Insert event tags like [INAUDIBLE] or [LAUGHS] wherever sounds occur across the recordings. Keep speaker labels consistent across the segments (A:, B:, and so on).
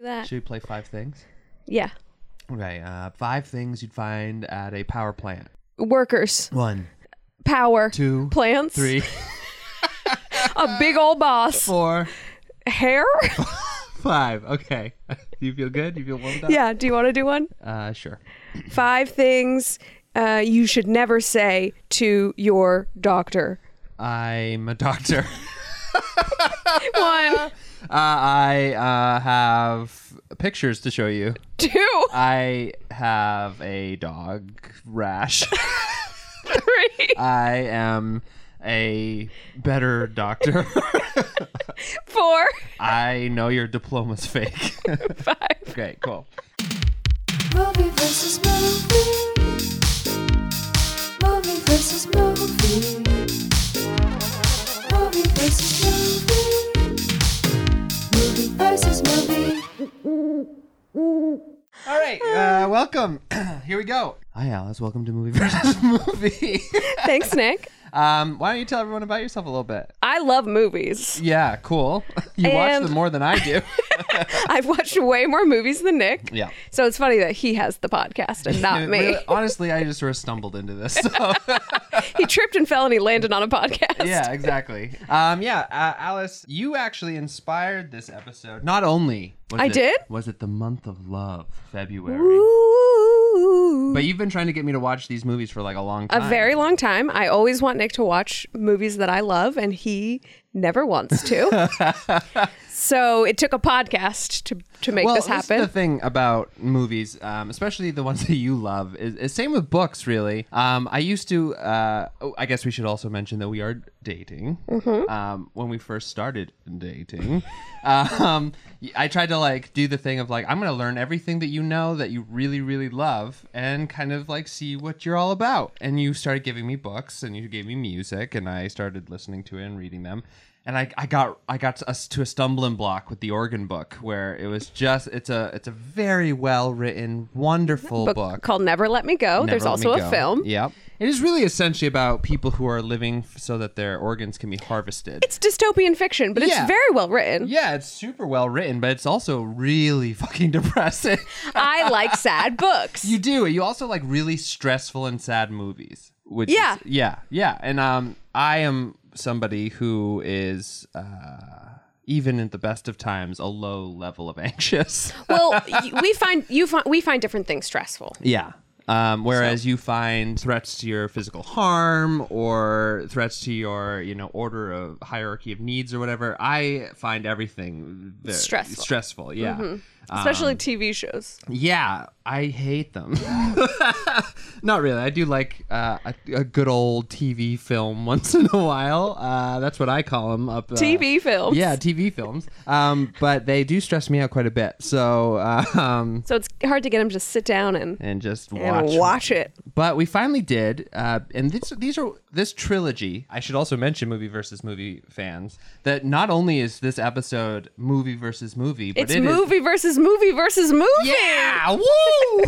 A: that.
B: Should we play five things?
A: Yeah.
B: Okay, uh, five things you'd find at a power plant.
A: Workers,
B: One,
A: power,
B: two,
A: plants,
B: three,
A: a big old boss,
B: four,
A: hair. [LAUGHS]
B: five. Okay. [LAUGHS] You feel good? You feel warmed up?
A: yeah. Do you want to do one?
B: Uh, sure.
A: Five things uh, you should never say to your doctor.
B: I'm a doctor. [LAUGHS]
A: One,
B: Uh, I uh, have pictures to show you.
A: two,
B: uh, I have a dog
A: [LAUGHS]
B: rash.
A: three,
B: I am a better doctor. [LAUGHS] uh,
A: four,
B: I know your diploma's fake. [LAUGHS]
A: five.
B: okay, cool.
C: Movie versus movie. Movie versus movie. Movie versus movie. Movie versus movie.
B: All right, uh, welcome. [CLEARS THROAT] Here we go. Hi, Alice. Welcome to Movie versus [LAUGHS] Movie.
A: Thanks, Nick.
B: um, why don't you tell everyone about yourself a little bit?
A: I
B: [LAUGHS]
A: love movies.
B: Yeah, cool. You watch
A: And-
B: them more than I
A: [LAUGHS]
B: do.
A: I've watched way more movies than Nick.
B: Yeah.
A: So it's funny that he has the podcast and
B: [LAUGHS]
A: not me.
B: Really, honestly, I just sort of stumbled into this. So.
A: [LAUGHS] he tripped and fell and he landed on a podcast.
B: yeah, exactly. Um, yeah, uh, Alice, you actually inspired this episode. Not only was
A: I
B: it,
A: did?
B: was it the month of love, February,
A: Ooh.
B: but you've been trying to get me to watch these movies for like a long
A: a
B: time.
A: very long time. I always want Nick to watch movies that I love, and he never wants to.
B: [LAUGHS]
A: so it took a podcast to to make
B: well,
A: this happen.
B: is the thing about movies, um, especially the ones [LAUGHS] that you love, is, is same with books. Really, um, I used to. Uh, oh, I guess we should also mention that we are dating.
A: Mm-hmm.
B: Um, when we first started
A: [LAUGHS]
B: dating, um, I tried to like do the thing of like I'm going to learn everything that you know that you really really love and kind of like see what you're all about. And you started giving me books and you gave me music and I started listening to it and reading them and I, I got I got to a, to a stumbling block with the organ book where it was just it's a it's a very well written wonderful
A: book,
B: book.
A: called Never Let Me Go.
B: Never
A: There's
B: Let
A: also
B: Me
A: a
B: Go.
A: film.
B: Yep, it is really essentially about people who are living f- so that their organs can be harvested.
A: It's dystopian fiction, but it's
B: Yeah.
A: very well written.
B: yeah, it's super well written, but it's also really [LAUGHS] fucking depressing.
A: I like
B: [LAUGHS]
A: sad books.
B: you do. You also like really stressful and sad movies. Which
A: Yeah.
B: is, yeah, yeah. And um, I am somebody who is. Uh, even at the best of times, a low level of [LAUGHS] anxious.
A: well, y- we find you find we find different things stressful.
B: Yeah. Um, whereas you find threats to your physical harm or threats to your, you know, order of hierarchy of needs or whatever, I find everything ve-
A: Stressful. Mm-hmm.
B: Stressful, yeah,
A: Especially TV shows.
B: Ah. yeah. I hate them. [LAUGHS] Not really. I do like uh, a, a good old TV film [LAUGHS] once in a while. Uh, that's what I call them up. Uh,
A: TV films.
B: Yeah, TV films. Um, but they do stress me out quite a bit. So uh, um,
A: So it's hard to get him to sit down and,
B: and just
A: and
B: watch
A: watch, it.
B: But we finally did, uh, and this, these are this trilogy. I should also mention movie versus movie fans that not only is this episode movie versus movie, but
A: It's
B: it is-
A: movie versus movie versus movie.
B: yeah, woo!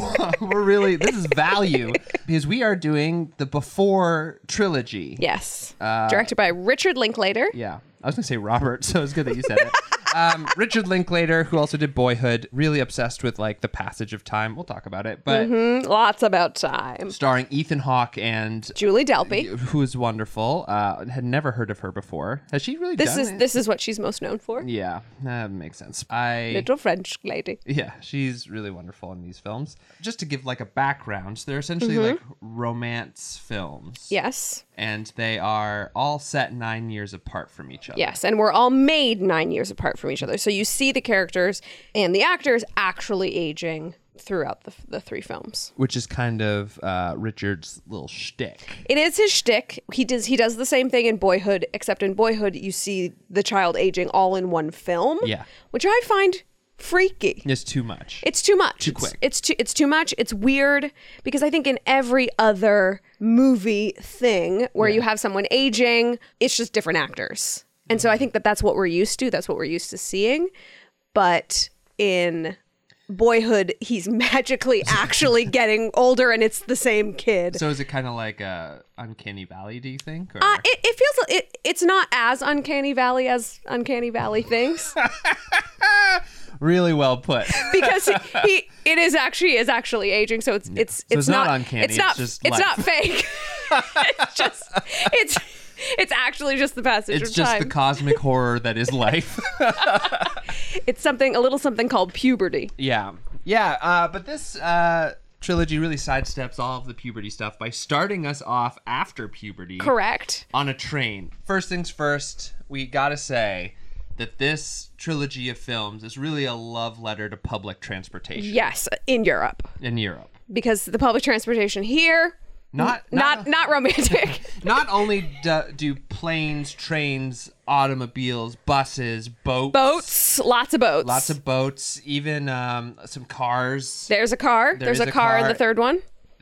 B: [LAUGHS] We're really this is value because we are doing the before trilogy.
A: Yes.
B: Uh,
A: Directed by Richard Linklater.
B: Yeah. I was going to say Robert, [LAUGHS] so it's good that you said it. Um, Richard Linklater, who also did Boyhood, really obsessed with like the passage of time. We'll talk about it, but
A: Mm, Lots about time.
B: starring Ethan Hawke and
A: Julie Delpy.
B: who is wonderful. Uh, had never heard of her before. Has she really
A: This
B: done
A: is
B: it?
A: this is what she's most known for.
B: Yeah, that makes sense. I
A: Little French lady.
B: yeah, she's really wonderful in these films. Just to give like a background, they're essentially
A: Mm-hmm.
B: like romance films.
A: Yes.
B: and they are all set nine years apart from each other.
A: Yes, and we're all made 9 years apart from each other. So you see the characters and the actors actually aging throughout the, the three films.
B: which is kind of uh, Richard's little shtick.
A: It is his shtick. He does he does the same thing in Boyhood, except in Boyhood you see the child aging all in one film.
B: Yeah.
A: which I find freaky.
B: It's too much.
A: It's too much. Too
B: quick.
A: It's, too it's too much. It's weird because I think in every other movie thing where you have someone aging, it's just different actors. And so I think that that's what we're used to. That's what we're used to seeing. But in boyhood, he's [LAUGHS] magically
B: [LAUGHS]
A: actually getting older and it's the same kid.
B: so is it kind of like a uncanny valley? Do you think? Or?
A: Uh, it, it feels it, it's not as uncanny valley as uncanny valley things
B: really well
A: [LAUGHS]
B: put.
A: because he, he it is actually is actually aging so it's it's it's,
B: it's not uncanny,
A: it's not
B: it's just
A: it's
B: life.
A: not fake [LAUGHS] it's just it's it's actually just the passage
B: It's
A: of
B: just
A: time
B: the
A: [LAUGHS]
B: cosmic horror that is life.
A: it's something a little something called puberty
B: [LAUGHS] Yeah, yeah. Uh, but this uh, trilogy really sidesteps all of the puberty stuff by starting us off after puberty,
A: correct
B: on a train. First things first, we gotta say that this trilogy of films is really a love letter to public transportation
A: yes in europe
B: in Europe.
A: because the public transportation here
B: Not
A: not not
B: [LAUGHS]
A: romantic
B: Not only do, do planes, trains, automobiles, buses, boats,
A: boats lots of boats
B: lots of boats, even um, some cars.
A: there's a car there's
B: is
A: a,
B: a
A: car, in
B: car.
A: the third one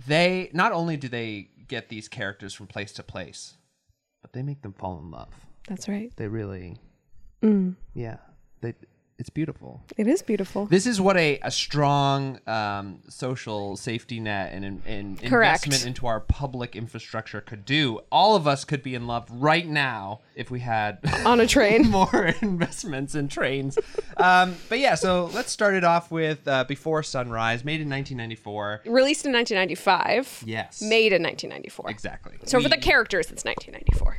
B: They not only do they get these characters from place to place, but they make them fall in love.
A: that's right
B: They really, yeah, they, it's beautiful.
A: it is beautiful
B: This is what a, a strong um, social safety net and, an and
A: Correct.
B: investment into our public infrastructure could do. All of us could be in love right now if we had [LAUGHS]
A: on a train
B: more investments in trains. um, but yeah, so let's start it off with uh, Before Sunrise, made in 1994.
A: released in 1995
B: Yes.
A: made in 1994
B: Exactly.
A: So for the
B: We-
A: characters, it's 1994.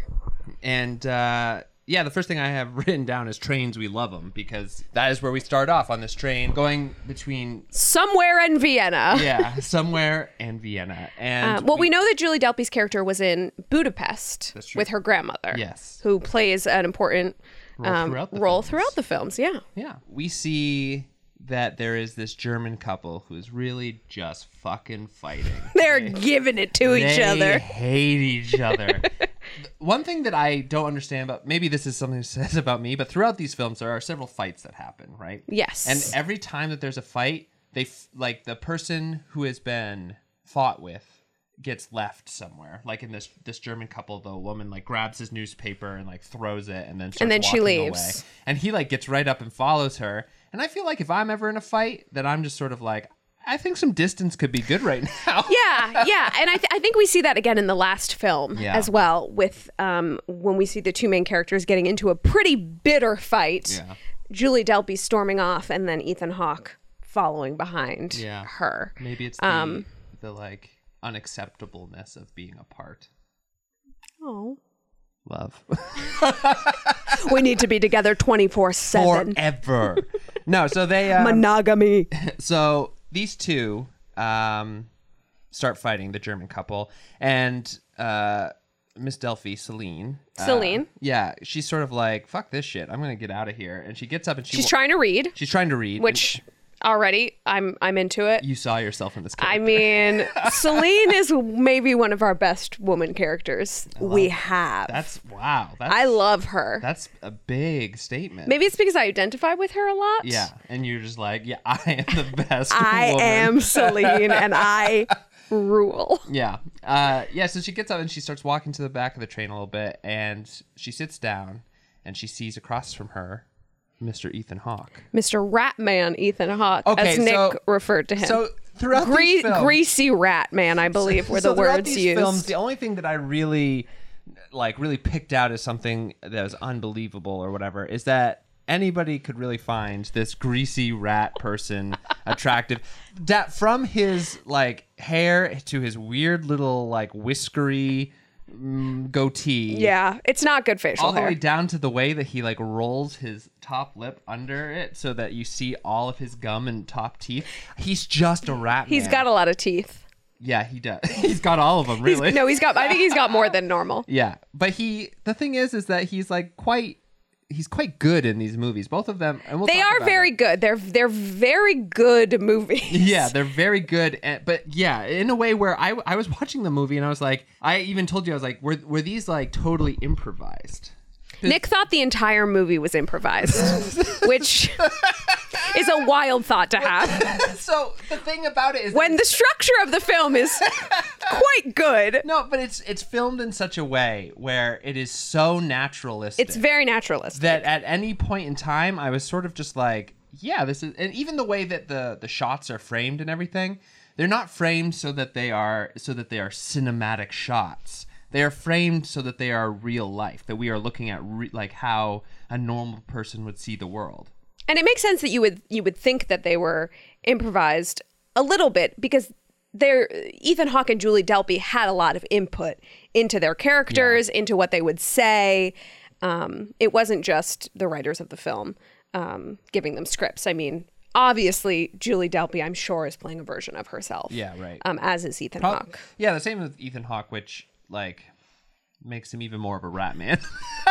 B: And uh, yeah, the first thing I have [LAUGHS] written down is trains, we love them, because that is where we start off on this train going between,
A: Somewhere in Vienna.
B: yeah, somewhere and Vienna. And
A: Uh, well, we know that Julie Delpy's character was in Budapest
B: That's true.
A: with her grandmother,
B: Yes.
A: who plays an important
B: Role
A: um,
B: throughout the
A: role
B: films.
A: throughout the films. Yeah,
B: Yeah. We see that there is this German couple who's really just fucking fighting.
A: they're giving it to [LAUGHS] each
B: they
A: other.
B: hate
A: [LAUGHS]
B: each other. One thing that I don't understand about maybe this is something that says about me, but throughout these films there are several fights that happen, right?
A: Yes.
B: And every time that there's a fight, they f- like the person who has been fought with gets left somewhere. Like in this this German couple, the woman like grabs his newspaper and like throws it, and then starts
A: then she
B: walking
A: leaves.
B: away. And he like gets right up and follows her. And I feel like if I'm ever in a fight, that I'm just sort of like, I think some distance could be good right [LAUGHS] now.
A: yeah, yeah, and I, th- I think we see that again in the last film
B: Yeah.
A: as well, with um, when we see the two main characters getting into a pretty bitter fight.
B: Yeah.
A: Julie Delpy storming off, and then Ethan Hawke following behind
B: Yeah.
A: her.
B: Maybe it's the,
A: Um,
B: the like unacceptableness of being apart.
A: Oh.
B: Love.
A: We need to be together 24 7.
B: Forever. no, so
A: [LAUGHS]
B: they um,
A: Monogamy.
B: so these two um, start fighting the German couple, and uh, Miss Delphi, Celine. uh,
A: Celine.
B: yeah, she's sort of like, "Fuck this shit! I'm gonna get out of here." And she gets up and she
A: She's
B: wa-
A: trying to read,
B: she's trying to read.
A: which already I'm I'm into it.
B: and you saw yourself in this. Character.
A: I
B: [LAUGHS]
A: mean, Celine is maybe one of our best woman characters we have.
B: that's wow. That's,
A: I love her.
B: That's a big statement.
A: Maybe it's because I identify with her a lot.
B: Yeah, and you're just like, yeah, [LAUGHS] I am the best.
A: I
B: woman."
A: am Celine and
B: [LAUGHS]
A: I rule.
B: Yeah. Uh, yeah, so she gets up and she starts walking to the back of the train a little bit and she sits down and she sees across from her Mr. Ethan Hawke.
A: Mr. Ratman Ethan Hawke,
B: Okay,
A: as Nick
B: so-
A: referred to him.
B: So throughout these
A: Gre-
B: films,
A: greasy Ratman, I believe, were the
B: so throughout
A: words
B: these
A: used.
B: films, the only thing that I really like really picked out as something that was unbelievable or whatever is that anybody could really find this greasy rat
A: [LAUGHS]
B: person attractive that from his like hair to his weird little like whiskery mm, goatee
A: yeah, it's not good facial
B: all the
A: hair.
B: way down to the way that he like rolls his top lip under it so that you see all of his gum and top teeth. He's just a rat.
A: He's
B: man.
A: got a lot of teeth.
B: yeah. He does. [LAUGHS] he's got all of them
A: He's-
B: really.
A: no, he's got. I think he's got more than normal.
B: [LAUGHS] yeah, but he the thing is is that he's like quite he's quite good in these movies. Both of them. And we'll
A: They
B: talk
A: are
B: about
A: very
B: it.
A: good. They're they're very good movies.
B: [LAUGHS] Yeah, they're very good, at, but yeah, in a way where I, I was watching the movie and I was like, I even told you I was like, were were these like totally improvised?
A: [LAUGHS] Nick thought the entire movie
B: [LAUGHS]
A: was improvised, which is a wild thought to have
B: so the thing about it is
A: when the structure of the film is quite good.
B: No, but it's it's filmed in such a way where it is so naturalistic
A: It's very naturalistic.
B: that at any point in time I was sort of just like, yeah, this is and even the way that the the shots are framed and everything, they're not framed so that they are so that they are cinematic shots. They are framed so that they are real life, that we are looking at re- like how a normal person would see the world.
A: And it makes sense that you would you would think that they were improvised a little bit because their Ethan Hawke and Julie Delpy had a lot of input into their characters, into what they would say. Um, it wasn't just the writers of the film um, giving them scripts. I mean, obviously Julie Delpy, I'm sure, is playing a version of herself.
B: Yeah, right.
A: Um, as is Ethan
B: Prob-
A: Hawke.
B: Yeah, the same with Ethan Hawke, which like makes him even more of a rat man. [LAUGHS]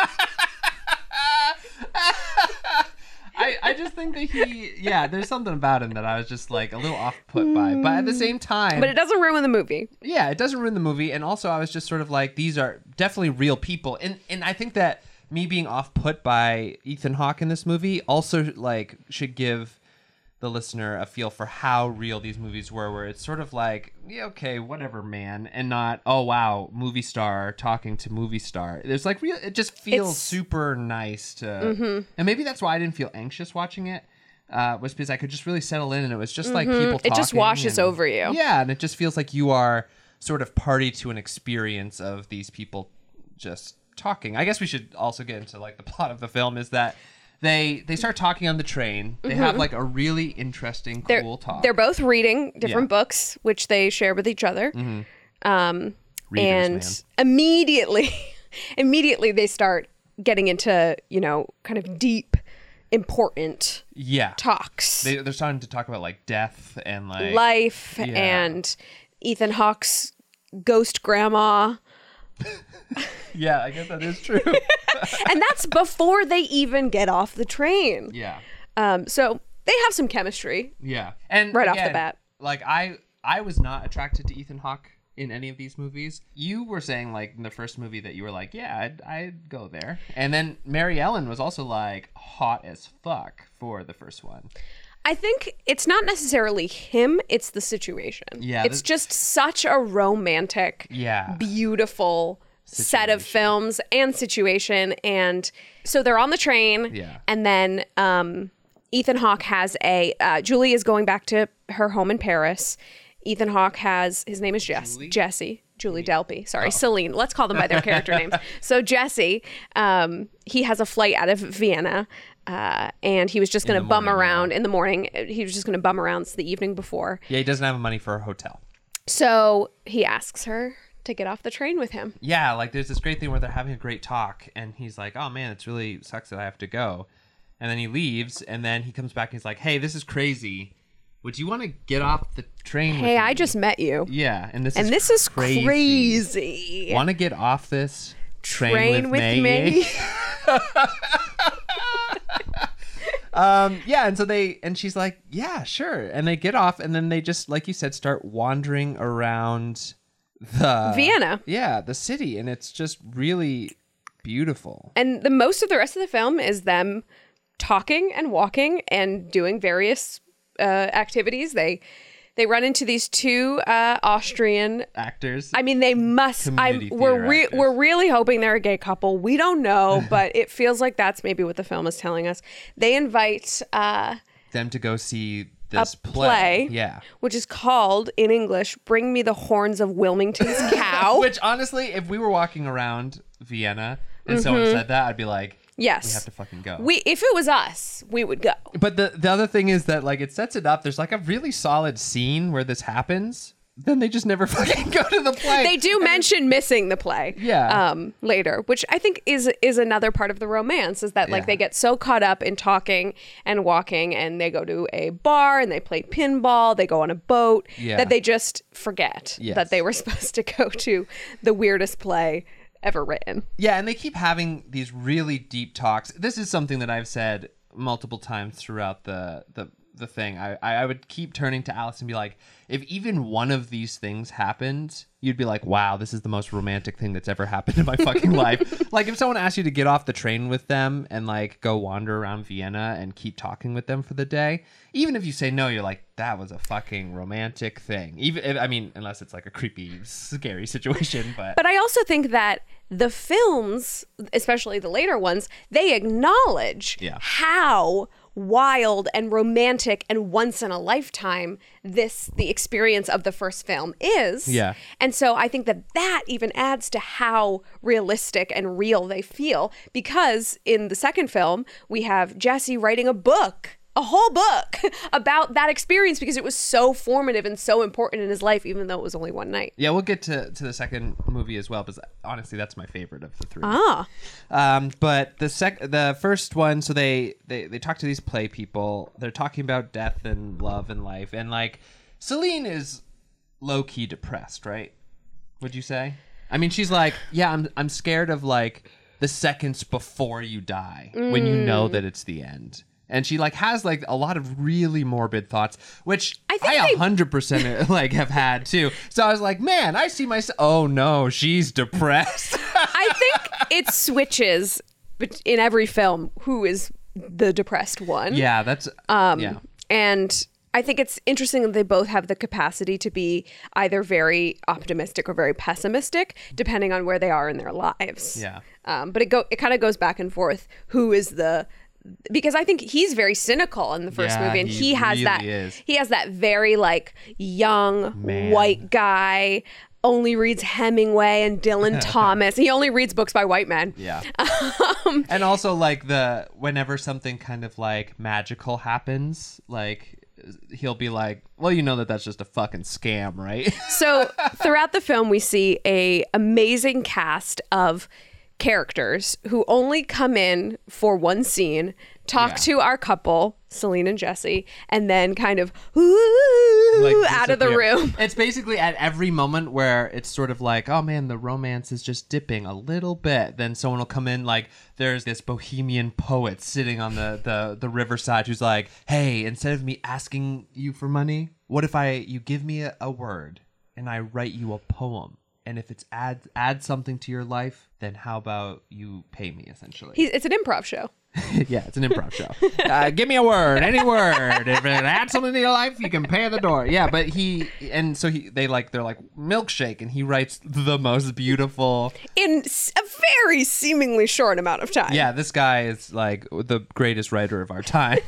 B: I, I just think that he yeah, there's something about him that I was just like a little off put by. But at the same time
A: But it doesn't ruin the movie.
B: yeah, it doesn't ruin the movie. And also, I was just sort of like, these are definitely real people, and and I think that me being off put by Ethan Hawke in this movie also like should give the listener a feel for how real these movies were, where it's sort of like, yeah, okay, whatever, man, and not, oh wow, movie star talking to movie star. There's like real. It just feels
A: It's- Mm-hmm.
B: super nice to, and maybe that's why I didn't feel anxious watching it. Uh, was because I could just really settle in, and it was just like people.
A: Mm-hmm. It just
B: talking
A: washes
B: and-
A: over you.
B: yeah, and it just feels like you are sort of party to an experience of these people just talking. I guess we should also get into like the [LAUGHS] plot of the film is that they they start talking on the train. They have like a really interesting
A: Mm-hmm. They're,
B: cool talk.
A: they're both reading different
B: Yeah. Mm-hmm.
A: books, which they share with each other. Um,
B: Readers,
A: and
B: man.
A: immediately, [LAUGHS] immediately they start getting into, you know, kind of deep, important
B: yeah.
A: talks.
B: They they're starting to talk about like death and like
A: life
B: Yeah.
A: and Ethan Hawke's ghost grandma.
B: Yeah, I guess that is
A: [LAUGHS]
B: true.
A: and that's [LAUGHS] before they even get off the train.
B: yeah.
A: Um, so they have some chemistry.
B: Yeah, and
A: Right off the
B: again,
A: bat.
B: like I, I was not attracted to Ethan Hawke in any of these movies. You were saying like in the first movie that you were like, yeah, I'd, I'd go there, and then Mary Ellen was also like hot as fuck for the first one.
A: I think it's not necessarily him, it's the situation.
B: Yeah,
A: It's
B: this-
A: just such a romantic,
B: Yeah.
A: beautiful set of films and situation. And so they're on the train.
B: Yeah.
A: And then um, Ethan Hawke has a. Uh, Julie is going back to her home in Paris. Ethan Hawke has. His name is Jess. Jesse. Julie Delpy, sorry,
B: Oh.
A: Celine. Let's call them by
B: [LAUGHS]
A: their character names. So Jesse, um, he has a flight out of Vienna, uh, and he was just going to
B: the
A: bum
B: morning, yeah.
A: around in the morning. He was just going to bum around the evening before.
B: Yeah, he doesn't have money for a hotel.
A: So he asks her to get off the train with him.
B: Yeah, like there's this great thing where they're having a great talk, and he's like, "Oh man, it's really sucks that I have to go," and then he leaves, and then he comes back and he's like, "Hey, this is crazy. Would you want to get off the train?" with
A: Hey, I
B: me?"
A: just met you.
B: Yeah, and this
A: And
B: is
A: this is
B: crazy.
A: crazy.
B: Want to get off this train,
A: Train
B: with,
A: with
B: me?
A: me.
B: [LAUGHS]
A: [LAUGHS]
B: um, yeah, and so they and she's like, yeah, sure. And they get off, and then they just, like you said, start wandering around the
A: Vienna.
B: Yeah, the city, and it's just really beautiful.
A: And the most of the rest of the film is them talking and walking and doing various uh, activities. They they run into these two uh, Austrian.
B: Actors.
A: I mean, they must. I
B: Community
A: we're
B: theater
A: re-
B: actors.
A: we're really hoping they're a gay couple. We don't
B: [LAUGHS]
A: know, but it feels like that's maybe what the film is telling us. They invite, uh,
B: them to go see this
A: play.
B: Yeah.
A: which is called in English, "Bring Me the Horns
B: [LAUGHS]
A: of Wilmington's Cow."
B: Which honestly, if we were walking around Vienna and someone
A: Mm-hmm.
B: said that, I'd be like,
A: yes,
B: we have to fucking go.
A: We, if it was us, we would go.
B: But the the other thing is that like it sets it up. There's like a really solid scene where this happens. Then they just never [LAUGHS] fucking go to the play.
A: They do mention missing the play,
B: Yeah.
A: um, later, which I think is is another part of the romance is that like
B: Yeah.
A: they get so caught up in talking and walking, and they go to a bar and they play pinball, they go on a boat,
B: Yeah.
A: that they just forget
B: Yes.
A: that they were [LAUGHS] supposed to go to the weirdest play ever written.
B: Yeah, and they keep having these really deep talks. This is something that I've said multiple times throughout the the the thing. I I I would keep turning to Alice and be like, if even one of these things happened, you'd be like, wow, this is the most romantic thing that's ever happened in my fucking life. Like if someone asked you to get off the train with them and like go wander around Vienna and keep talking with them for the day, even if you say no, you're like, that was a fucking romantic thing. Even if, I mean, unless it's like a creepy, scary situation, but
A: But I also think that the films, especially the later ones, they acknowledge
B: Yeah.
A: how wild and romantic and once in a lifetime this the experience of the first film is.
B: Yeah.
A: And so I think that that even adds to how realistic and real they feel because in the second film, we have Jesse writing a book, a whole book [LAUGHS] about that experience because it was so formative and so important in his life, even though it was only one night.
B: Yeah, we'll get to, to the second movie as well, because honestly, that's my favorite of the three.
A: Ah,
B: Um, but the sec, the first one, so they, they they talk to these play people. They're talking about death and love and life, and like Celine is low key depressed, right? Would you say? I mean, she's like, yeah, I'm I'm scared of like the seconds before you die when you
A: Mm.
B: know that it's the end. And she like has like a lot of really morbid thoughts, which
A: I
B: I
A: think they-
B: a hundred percent uh, [LAUGHS] like have had too. So I was like, man, I see myself. Oh no, she's
A: [LAUGHS] Um,
B: depressed.
A: I think it switches bet- in every film who is the depressed one.
B: yeah, that's um, yeah.
A: And I think it's interesting that they both have the capacity to be either very optimistic or very pessimistic, depending on where they are in their lives.
B: Yeah.
A: Um, but it go it kind of goes back and forth. Who is the because I think he's very cynical in the first
B: Yeah,
A: movie, and
B: he
A: he, has
B: really
A: that
B: is.
A: he has that very like young
B: Man.
A: white guy only reads Hemingway and
B: [LAUGHS]
A: Dylan Thomas. He only reads books by white men.
B: Yeah. and also like the whenever something kind of like magical happens, like he'll be like, "Well, you know that that's just a fucking scam, right?"
A: So throughout the film, we see a amazing cast of characters who only come in for one scene, talk
B: Yeah.
A: to our couple, Celine and Jesse, and then kind of ooh,
B: Like,
A: out of the
B: disappear.
A: room.
B: It's basically at every moment where it's sort of like, "Oh man, the romance is just dipping a little bit." Then someone will come in like there's this bohemian poet sitting on the the the riverside who's like, "Hey, instead of me asking you for money, what if I you give me a, a word?" and I write you a poem. And if it's add add something to your life, then how about you pay me essentially?
A: He's, it's an improv show.
B: [LAUGHS] yeah, it's an improv show. Uh, give me a word, any word. If it adds something to your life, you can pay the door. Yeah, but he and so he they like they're like milkshake, and he writes the most beautiful.
A: In s- a very seemingly short amount of time.
B: Yeah, this guy is like the greatest writer of our
A: [LAUGHS]
B: time,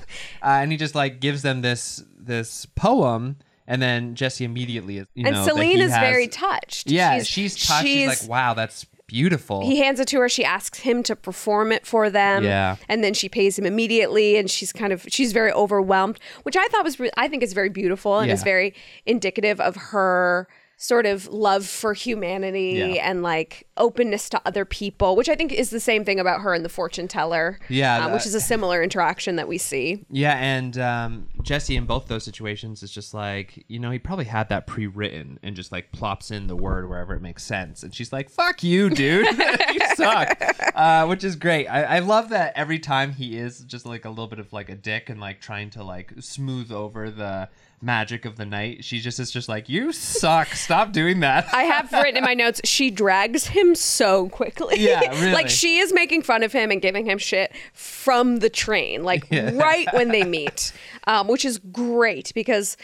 B: uh, and he just like gives them this this poem, and then Jesse immediately is you
A: and
B: know, that
A: Celine
B: he
A: is
B: has-
A: very touched.
B: Yeah, she's, touched. She's,
A: she's-
B: like, wow, that's beautiful.
A: He hands it to her. She asks him to perform it for them.
B: Yeah.
A: And then she pays him immediately, and she's kind of she's very overwhelmed, which I thought was re- I think is very beautiful and is
B: Yeah.
A: very indicative of her sort of love for humanity
B: Yeah.
A: and like openness to other people, which I think is the same thing about her and the fortune teller.
B: Yeah,
A: um, which
B: that-
A: is a similar interaction that we see.
B: Yeah, and um, Jesse in both those situations is just like, you know, he probably had that pre written and just like plops in the word wherever it makes sense. And she's like, fuck you, dude. [LAUGHS] you suck. Uh, which is great. I-, I love that every time he is just like a little bit of like a dick and like trying to like smooth over the magic of the night, she just is just like, you suck. Stop doing that.
A: I have written in my notes, she drags him so quickly.
B: Yeah, really.
A: [LAUGHS] like she is making fun of him and giving him shit from the train, like right when
B: [LAUGHS]
A: they meet, um, which is great because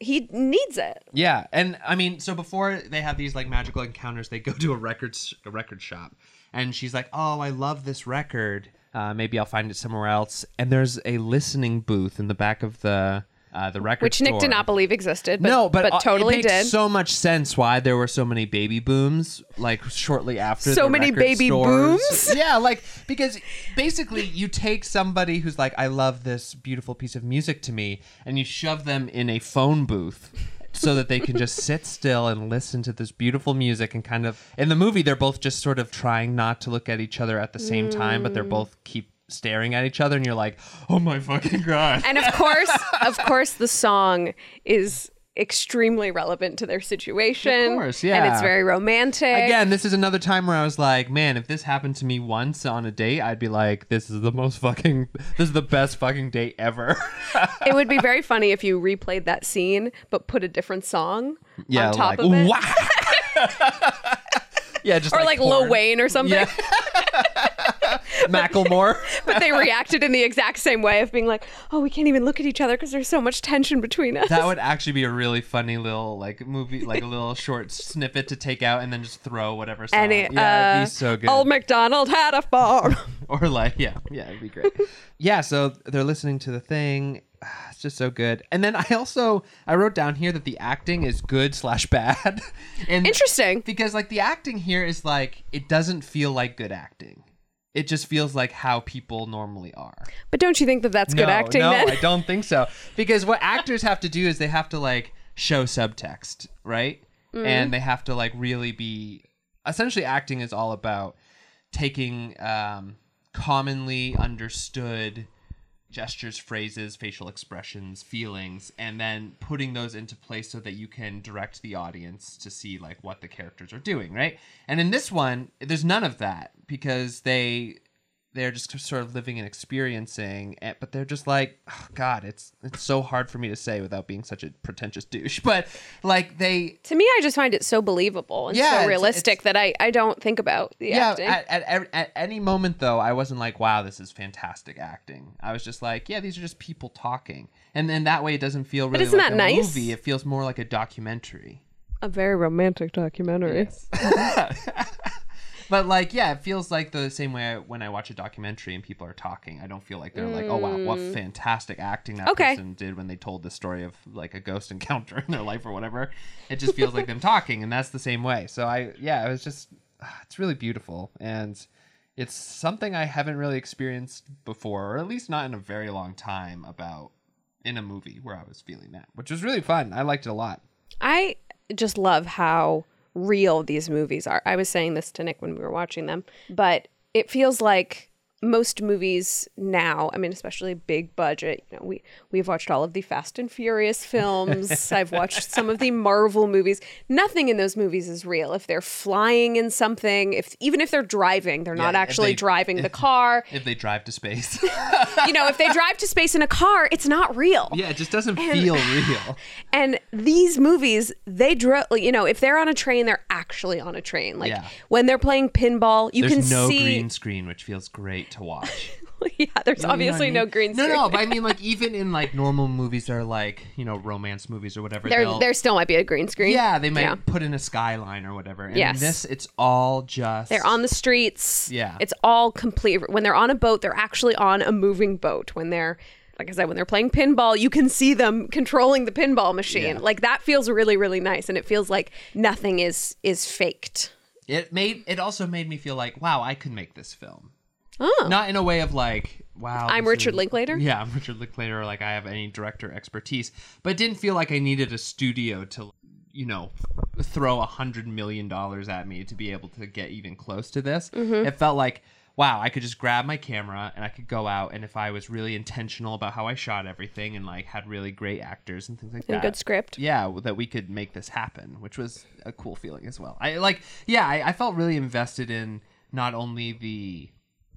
A: he needs it.
B: Yeah, and I mean, so before they have these like magical encounters, they go to a record s- a record shop, and she's like, "Oh, I love this record. Uh, maybe I'll find it somewhere else." And there's a listening booth in the back of the uh, the record,
A: Which Nick
B: store.
A: did not believe existed, but,
B: no, but, uh,
A: totally
B: it makes
A: did.
B: So much sense why there were so many baby booms like shortly after.
A: So
B: the
A: many
B: record
A: baby
B: stores.
A: booms?
B: [LAUGHS] Yeah, like because basically you take somebody who's like, I love this beautiful piece of music to me, and you shove them in a phone booth. so that they can
A: [LAUGHS]
B: just sit still and listen to this beautiful music and kind of in the movie they're both just sort of trying not to look at each other at the same time but they're
A: Mm.
B: both keep staring at each other and you're like oh my fucking god
A: and of
B: [LAUGHS]
A: course, of course, the song is extremely relevant to their situation.
B: Of course,
A: And it's
B: yeah.
A: very romantic.
B: Again, this is another time where I was like, man, if this happened to me once on a date, I'd be like, this is the most fucking, this is the best fucking date
A: [LAUGHS]
B: ever.
A: It would
B: [LAUGHS]
A: be very funny if you replayed that scene, but put a different song on
B: like,
A: top of it.
B: wow. yeah, just [LAUGHS]
A: or like, Lil
B: porn. [LAUGHS]
A: [LAUGHS] Wayne or something.
B: Yeah. Macklemore.
A: but they reacted in the exact same way of being like, "Oh, we can't even look at each other because there's so much tension between us."
B: That would actually be a really funny little like movie, like a little short snippet to take out and then just throw whatever. Song.
A: [LAUGHS] and it,
B: yeah,
A: uh,
B: it'd be so good.
A: Old MacDonald had
B: [LAUGHS]
A: a farm.
B: or like, yeah, yeah, it'd be great. yeah, so they're listening to the thing. [SIGHS] It's just so good. And then I also I wrote down here that the acting is good slash bad. [LAUGHS] and
A: Interesting.
B: because like the acting here is like it doesn't feel like good acting. It just feels like how people normally are.
A: But don't you think that that's good
B: no,
A: acting
B: No,
A: then?
B: I don't think
A: [LAUGHS]
B: so. Because what actors have to do is they have to like show subtext, right?
A: Mm-hmm.
B: And they have to like really be essentially acting is all about taking um, commonly understood gestures, phrases, facial expressions, feelings, and then putting those into place so that you can direct the audience to see like what the characters are doing, right? And in this one, there's none of that because they they're just sort of living and experiencing it, but they're just like, oh, God, it's it's so hard for me to say without being such a pretentious douche. [LAUGHS] But like they
A: to me, I just find it so believable and
B: Yeah, it's-
A: so realistic that I, I don't think about the
B: yeah,
A: acting.
B: at, at, ev- at any moment though, I wasn't like, wow, this is fantastic acting. I was just like, yeah, these are just people talking, and then that way it doesn't feel really
A: isn't
B: like
A: that
B: a
A: nice?
B: movie. It feels more like a documentary.
A: a very romantic documentary.
B: But like, yeah, it feels like the same way I, when I watch a documentary and people are talking. I don't feel like they're like, oh wow, what fantastic acting that
A: Okay.
B: person did when they told the story of like a ghost [LAUGHS] encounter in their life or whatever. It just feels like them talking, and that's the same way. So I, yeah, it was just, ah, it's really beautiful, and it's something I haven't really experienced before, or at least not in a very long time. About in a movie where I was feeling that, which was really fun. I liked it a lot.
A: I just love how real these movies are. I was saying this to Nick when we were watching them, but it feels like most movies now, I mean, especially big budget, you know, we we've watched all of the Fast and
B: [LAUGHS]
A: Furious films. I've watched some of the Marvel movies. Nothing in those movies is real. If they're flying in something, if even if they're driving, they're
B: if
A: not actually
B: they-
A: driving
B: [LAUGHS]
A: the car.
B: If they drive to space, [LAUGHS]
A: you know, if they drive to space in a car, it's not real.
B: yeah, it just doesn't feel real.
A: And these movies, they drove, you know, if they're on a train, they're actually on a train. Like
B: Yeah.
A: when they're playing pinball, you
B: There's
A: can
B: no
A: see. [LAUGHS]
B: green screen, which feels great to watch.
A: yeah, there's [LAUGHS] obviously no green screen.
B: No, no, but I mean,
A: [LAUGHS]
B: like even in like normal movies that are like you know romance movies or whatever.
A: there,
B: they'll-
A: there still might be a green screen.
B: yeah, they might
A: Yeah.
B: put in a skyline or whatever. And
A: Yes.
B: in this, it's all just
A: They're on the streets.
B: Yeah.
A: It's all complete. When they're on a boat, they're actually on a moving boat. When they're, like I said, when they're playing pinball, you can see them controlling the pinball machine.
B: Yeah.
A: Like that feels really, really nice. And it feels like nothing is is faked.
B: It made it also made me feel like wow, I could make this film.
A: Oh.
B: Not in a way of like wow,
A: I'm
B: this
A: Richard
B: is-
A: Linklater?
B: Yeah, I'm Richard Linklater. or, Like I have any director expertise, but it didn't feel like I needed a studio to you know throw a hundred million dollars at me to be able to get even close to this.
A: Mm-hmm.
B: It felt like. Wow, I could just grab my camera and I could go out and if I was really intentional about how I shot everything and like had really great actors and things like
A: And
B: that.
A: good script.
B: Yeah, w- that we could make this happen, which was a cool feeling as well. I like, yeah, I, I felt really invested in not only the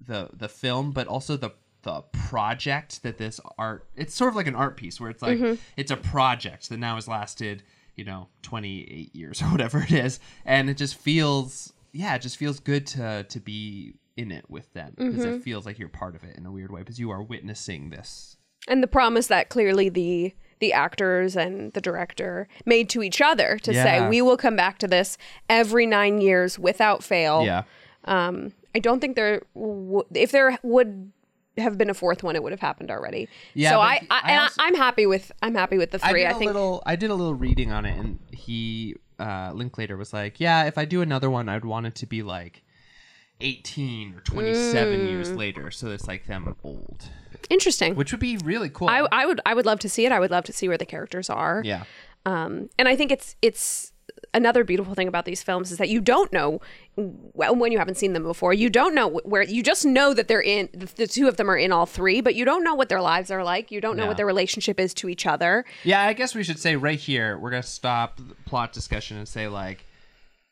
B: the the film, but also the the project that this art. It's sort of like an art piece where it's like it's a project that now has lasted, you know, twenty eight years [LAUGHS] or whatever it is, and it just feels, yeah, it just feels good to to be in it with them because it feels like you're part of it in a weird way because you are witnessing this.
A: and the promise that clearly the the actors and the director made to each other to
B: Yeah.
A: say we will come back to this every nine years without fail
B: Yeah.
A: um i don't think there w- if there would have been a fourth one it would have happened already
B: Yeah,
A: so
B: but
A: I,
B: he-
A: I,
B: I
A: and I
B: also-
A: i'm happy with i'm happy with the three
B: I
A: i,
B: did a
A: think
B: little. I did a little reading on it, and he uh, Linklater was like, "Yeah, if I do another one, I'd want it to be like." 18 or 27
A: Mm.
B: years later so it's like them old
A: interesting
B: which would be really cool
A: I, I would i would love to see it i would love to see where the characters are
B: yeah
A: um, and I think it's it's another beautiful thing about these films is that you don't know well, when you haven't seen them before. You don't know wh- where you just know that they're in the, the two of them are in all three, but you don't know what their lives are like. You don't know
B: No.
A: what their relationship is to each other.
B: yeah i guess we should say right here we're gonna stop the plot discussion and say like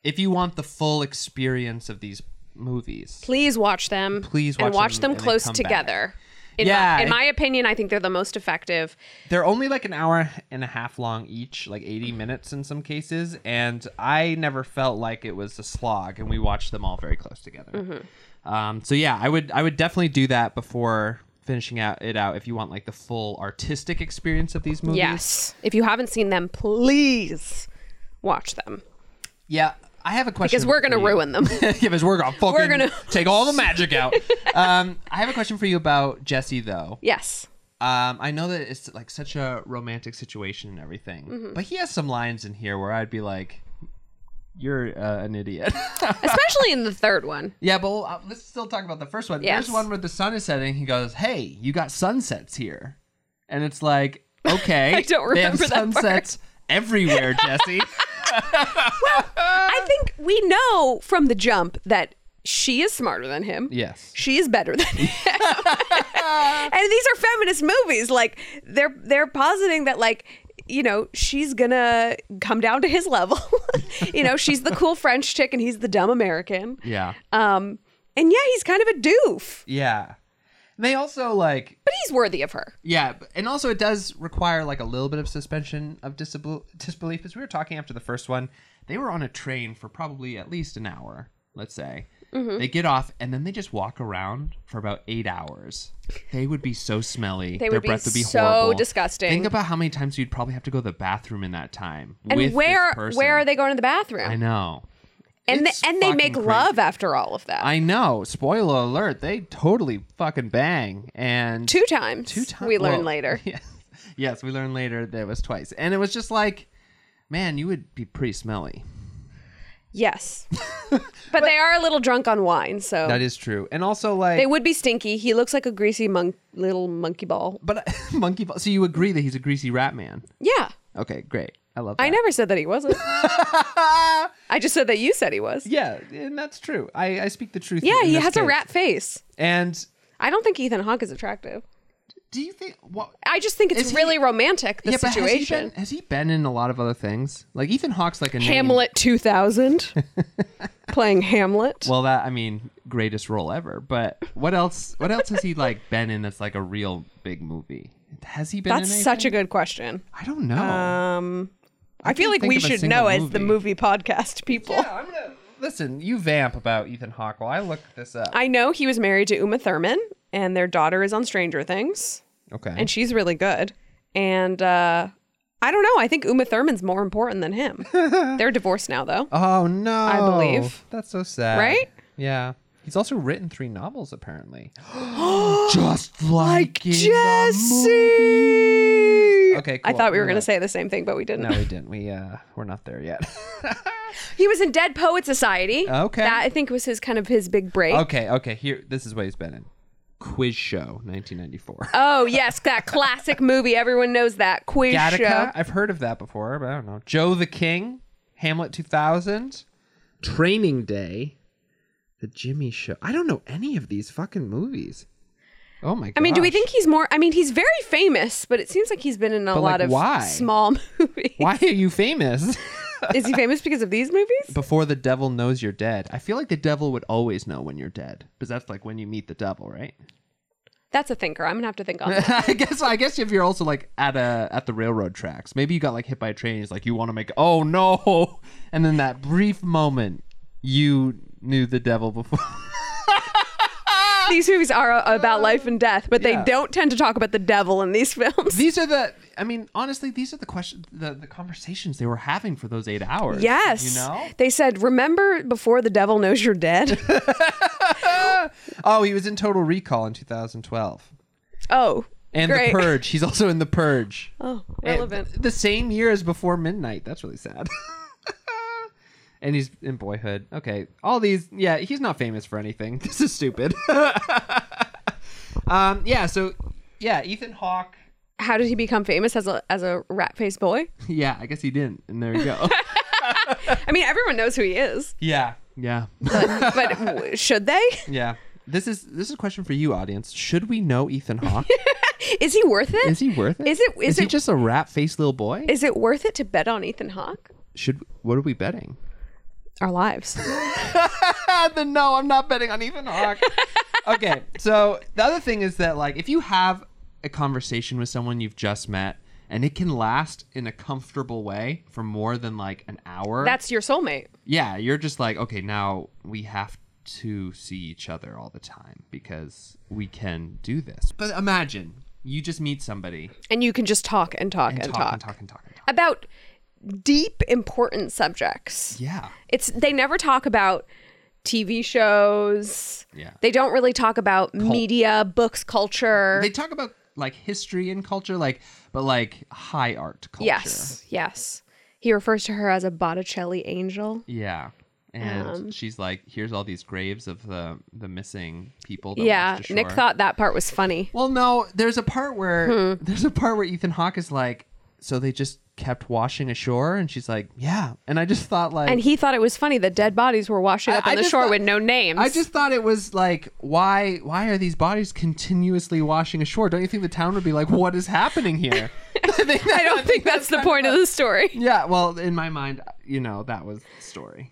B: if you want the full experience of these movies
A: Please watch them.
B: Please watch
A: and watch
B: them
A: them,
B: and then
A: close
B: come back.
A: together. In
B: Yeah.
A: My, in my opinion, I think they're the most effective.
B: They're only like an hour and a half long each, like 80
A: Mm-hmm.
B: minutes in some cases, and I never felt like it was a slog, and we watched them all very close together.
A: Mm-hmm.
B: Um, so yeah, I would I would definitely do that before finishing out it out if you want like the full artistic experience of these movies.
A: Yes. If you haven't seen them, please watch them
B: Yeah, I have a question
A: because we're going to
B: for you. [LAUGHS]
A: ruin them. [LAUGHS]
B: yeah, because we're gonna fucking
A: gonna-
B: take all the magic
A: [LAUGHS]
B: out. um, I have a question for you about Jesse though.
A: yes.
B: Um, I know that it's like such a romantic situation and everything,
A: Mm-hmm.
B: but he has some lines in here where I'd be like, "You're uh, an idiot." [LAUGHS]
A: Especially in the third one.
B: yeah, but uh, let's still talk about the first one.
A: Yes.
B: There's one where the sun is setting. He goes, "Hey, you got sunsets here," and it's like, "Okay,
A: [LAUGHS] I don't
B: they have
A: remember that part.
B: sunsets everywhere,
A: [LAUGHS]
B: Jesse."
A: I think we know from the jump that she is smarter than him.
B: yes.
A: She is better than him.
B: [LAUGHS]
A: and these are feminist movies. Like they're they're positing that like you know she's gonna come down to his level. [LAUGHS] you know she's the cool French chick and he's the dumb American.
B: Yeah.
A: Um, and yeah, he's kind of a doof,
B: Yeah. And they also like
A: but he's worthy of her.
B: Yeah, b- and also it does require like a little bit of suspension of disabl- disbelief. As we were talking after the first one, they were on a train for probably at least an hour, let's say.
A: Mm-hmm.
B: They get off and then they just walk around for about eight hours. They would be so smelly.
A: They
B: Their
A: would be
B: breath would be
A: so
B: horrible.
A: disgusting.
B: Think about how many times you'd probably have to go to the bathroom in that time.
A: And
B: with this
A: where
B: person.
A: where are they going to the bathroom?
B: I know.
A: and they,
B: It's
A: and they
B: fucking
A: make
B: crazy.
A: love after all of that.
B: I know. Spoiler alert. They totally fucking bang and
A: two times.
B: two times
A: We learn later.
B: [LAUGHS] Yes. yes, we learned later that it was twice, and it was just like, man, you would be pretty smelly. [LAUGHS]
A: Yes. but they are a little drunk on wine, so
B: That is true, and also like,
A: They would be stinky. He looks like a greasy mon- little monkey ball.
B: but [LAUGHS] monkey. Ball- so you agree that he's a greasy rat man?
A: Yeah.
B: Okay, great. I love. That.
A: I never said that he wasn't. I just said that you said he was.
B: [LAUGHS] Yeah, and that's true. I, I speak the truth.
A: [LAUGHS] Yeah,
B: in
A: he
B: this
A: has a
B: case.
A: rat face.
B: And
A: I don't think Ethan Hawke is attractive.
B: do you think what?
A: I just think it's
B: Is he-
A: really romantic the
B: yeah, but has he,
A: situation.
B: been, has he been in a lot of other things? Like Ethan Hawke's like a name-
A: Hamlet
B: [LAUGHS]
A: 2000 playing Hamlet.
B: Well, that I mean, greatest role ever. But what else? What else has he like been in? That's like a real big movie. Has he been?
A: That's
B: in
A: such a good question.
B: I don't know.
A: Um I,
B: I can't
A: feel like
B: think
A: we
B: of a
A: should
B: single
A: know as the movie podcast people.
B: yeah, I'm gonna listen. You vamp about Ethan Hawke while I look this up.
A: I know he was married to Uma Thurman and their daughter is on Stranger Things.
B: okay.
A: and she's really good. And uh, I don't know. I think Uma Thurman's more important than
B: [LAUGHS]
A: him. They're divorced now, though.
B: oh no! I
A: believe.
B: that's so sad.
A: Right?
B: Yeah. He's also written three novels,
A: [GASPS]
B: apparently. just like, in the
A: Jesse.
B: movies. Okay,
A: I
B: cool.
A: thought we were
B: No,
A: going to say the same thing, but we didn't.
B: No, we didn't. We uh, we're not there yet. [LAUGHS]
A: He was in Dead Poet Society.
B: Okay.
A: that I think was his kind of his big break.
B: okay, okay. Here, this is what he's been in. Quiz Show, 1994.
A: Oh yes, that classic movie. Everyone knows that quiz
B: Gattaca.
A: show.
B: I've heard of that before, but I don't know. Joe the King, Hamlet 2000, Training Day, The Jimmy Show. I don't know any of these fucking movies. Oh my god.
A: I mean, do we think he's more? I mean, he's very famous, but it seems like he's been in a
B: But, like,
A: lot of
B: why?
A: small [LAUGHS] movies.
B: Why are you [LAUGHS] famous?
A: Is he famous because of these movies?
B: Before the devil knows you're dead. I feel like the devil would always know when you're dead because that's like when you meet the devil, right?
A: That's a thinker. I'm gonna have to think on that.
B: [LAUGHS] I guess I guess if you're also like at a at the railroad tracks, maybe you got like hit by a train. He's like, you want to make oh no, [LAUGHS] and then that brief moment you knew the devil before.
A: these movies are about life and death, but
B: Yeah.
A: they don't tend to talk about the devil in these films.
B: these are the i mean honestly these are the questions the, the conversations they were having for those eight hours
A: yes.
B: you know
A: They said, remember before the devil knows
B: [LAUGHS]
A: you're dead?
B: oh he was in total recall in 2012
A: oh.
B: and
A: great.
B: the purge he's also in the purge
A: Oh,
B: And
A: relevant.
B: the same year as before midnight that's really sad [LAUGHS] and he's in boyhood okay all these yeah he's not famous for anything [LAUGHS] this is stupid um yeah so yeah ethan hawke [LAUGHS]
A: How did he become famous as a as a rat faced boy?
B: yeah i guess he didn't and there you go
A: [LAUGHS] I mean, everyone knows who
B: [LAUGHS]
A: he is,
B: yeah yeah
A: but w- should they?
B: Yeah. This is this is a question for you, audience. Should we know Ethan
A: [LAUGHS]
B: Hawke?
A: Is he worth it?
B: is he worth it?
A: Is it- is
B: he
A: it-
B: just a rat faced little boy?
A: Is it worth it to bet on Ethan Hawke?
B: Should what are we betting?
A: Our lives.
B: [LAUGHS]
A: [LAUGHS]
B: then no, I'm not betting on Ethan Hawke. okay. So the other thing is that like if you have a conversation with someone you've just met and it can last in a comfortable way for more than like an hour.
A: That's your soulmate.
B: yeah, you're just like, okay, now we have to see each other all the time because we can do this. But imagine you just meet somebody
A: And you can just talk and talk and,
B: and,
A: talk,
B: talk, and talk and talk and talk.
A: about deep, important subjects.
B: Yeah.
A: It's they never talk about TV shows.
B: Yeah.
A: They don't really talk about media, books, culture.
B: They talk about like history and culture, like but like high art culture.
A: yes, yes. He refers to her as a Botticelli angel.
B: Yeah. And
A: Um,
B: she's like, here's all these graves of the the missing people. That
A: yeah,
B: washed
A: Nick
B: ashore."
A: thought Hmm. that part was funny.
B: Well, no, there's a part where there's a part where Ethan Hawke is like, so they just kept washing ashore, and she's like, yeah. And I just thought like,
A: And he thought it was funny that dead bodies were washing
B: I-
A: up on
B: I
A: the
B: just
A: shore
B: thought-
A: with no names.
B: I just thought it was like, why why are these bodies continuously washing ashore? Don't you think the town would be like, what is happening
A: [LAUGHS]
B: here? [LAUGHS] I, think that-
A: I don't think that's the point of the
B: [LAUGHS]
A: story.
B: Yeah, well, in my mind, you know, that was the story.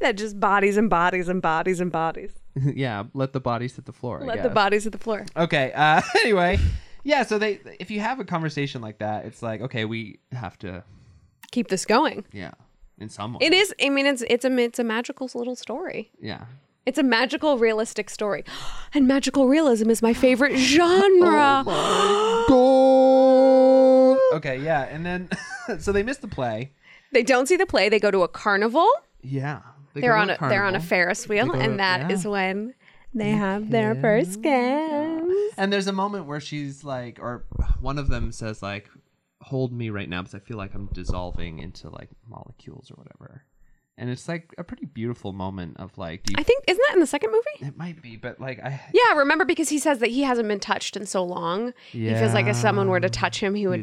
A: that just bodies and bodies and bodies and bodies.
B: [LAUGHS] yeah, let the bodies hit the floor. I
A: Let the
B: guess.
A: bodies at the floor.
B: Okay. Uh, [LAUGHS] anyway, yeah. So they, if you have a conversation like that, it's like, okay, we have to,
A: Keep this going.
B: yeah, in some way,
A: It is. I mean, it's it's a it's a magical little story.
B: yeah.
A: It's a magical realistic story, [GASPS] and magical realism is my favorite genre.
B: Okay, yeah, and then [LAUGHS] so they miss the play.
A: They don't see the play. They go to a carnival.
B: Yeah, they
A: They're
B: go to
A: on a, they're on a
B: carnival.
A: Ferris wheel,
B: They go to-
A: and that is
B: yeah.
A: when they have their first kiss.
B: And there's a moment where she's like, or one of them says like, "Hold me right now," because I feel like I'm dissolving into like molecules or whatever. And it's like a pretty beautiful moment of like, do you,
A: I think isn't that in the second movie?
B: it might be, but like I,
A: Yeah, remember because he says that he hasn't been touched in so long. He feels like if someone were to touch him, he would
B: He'd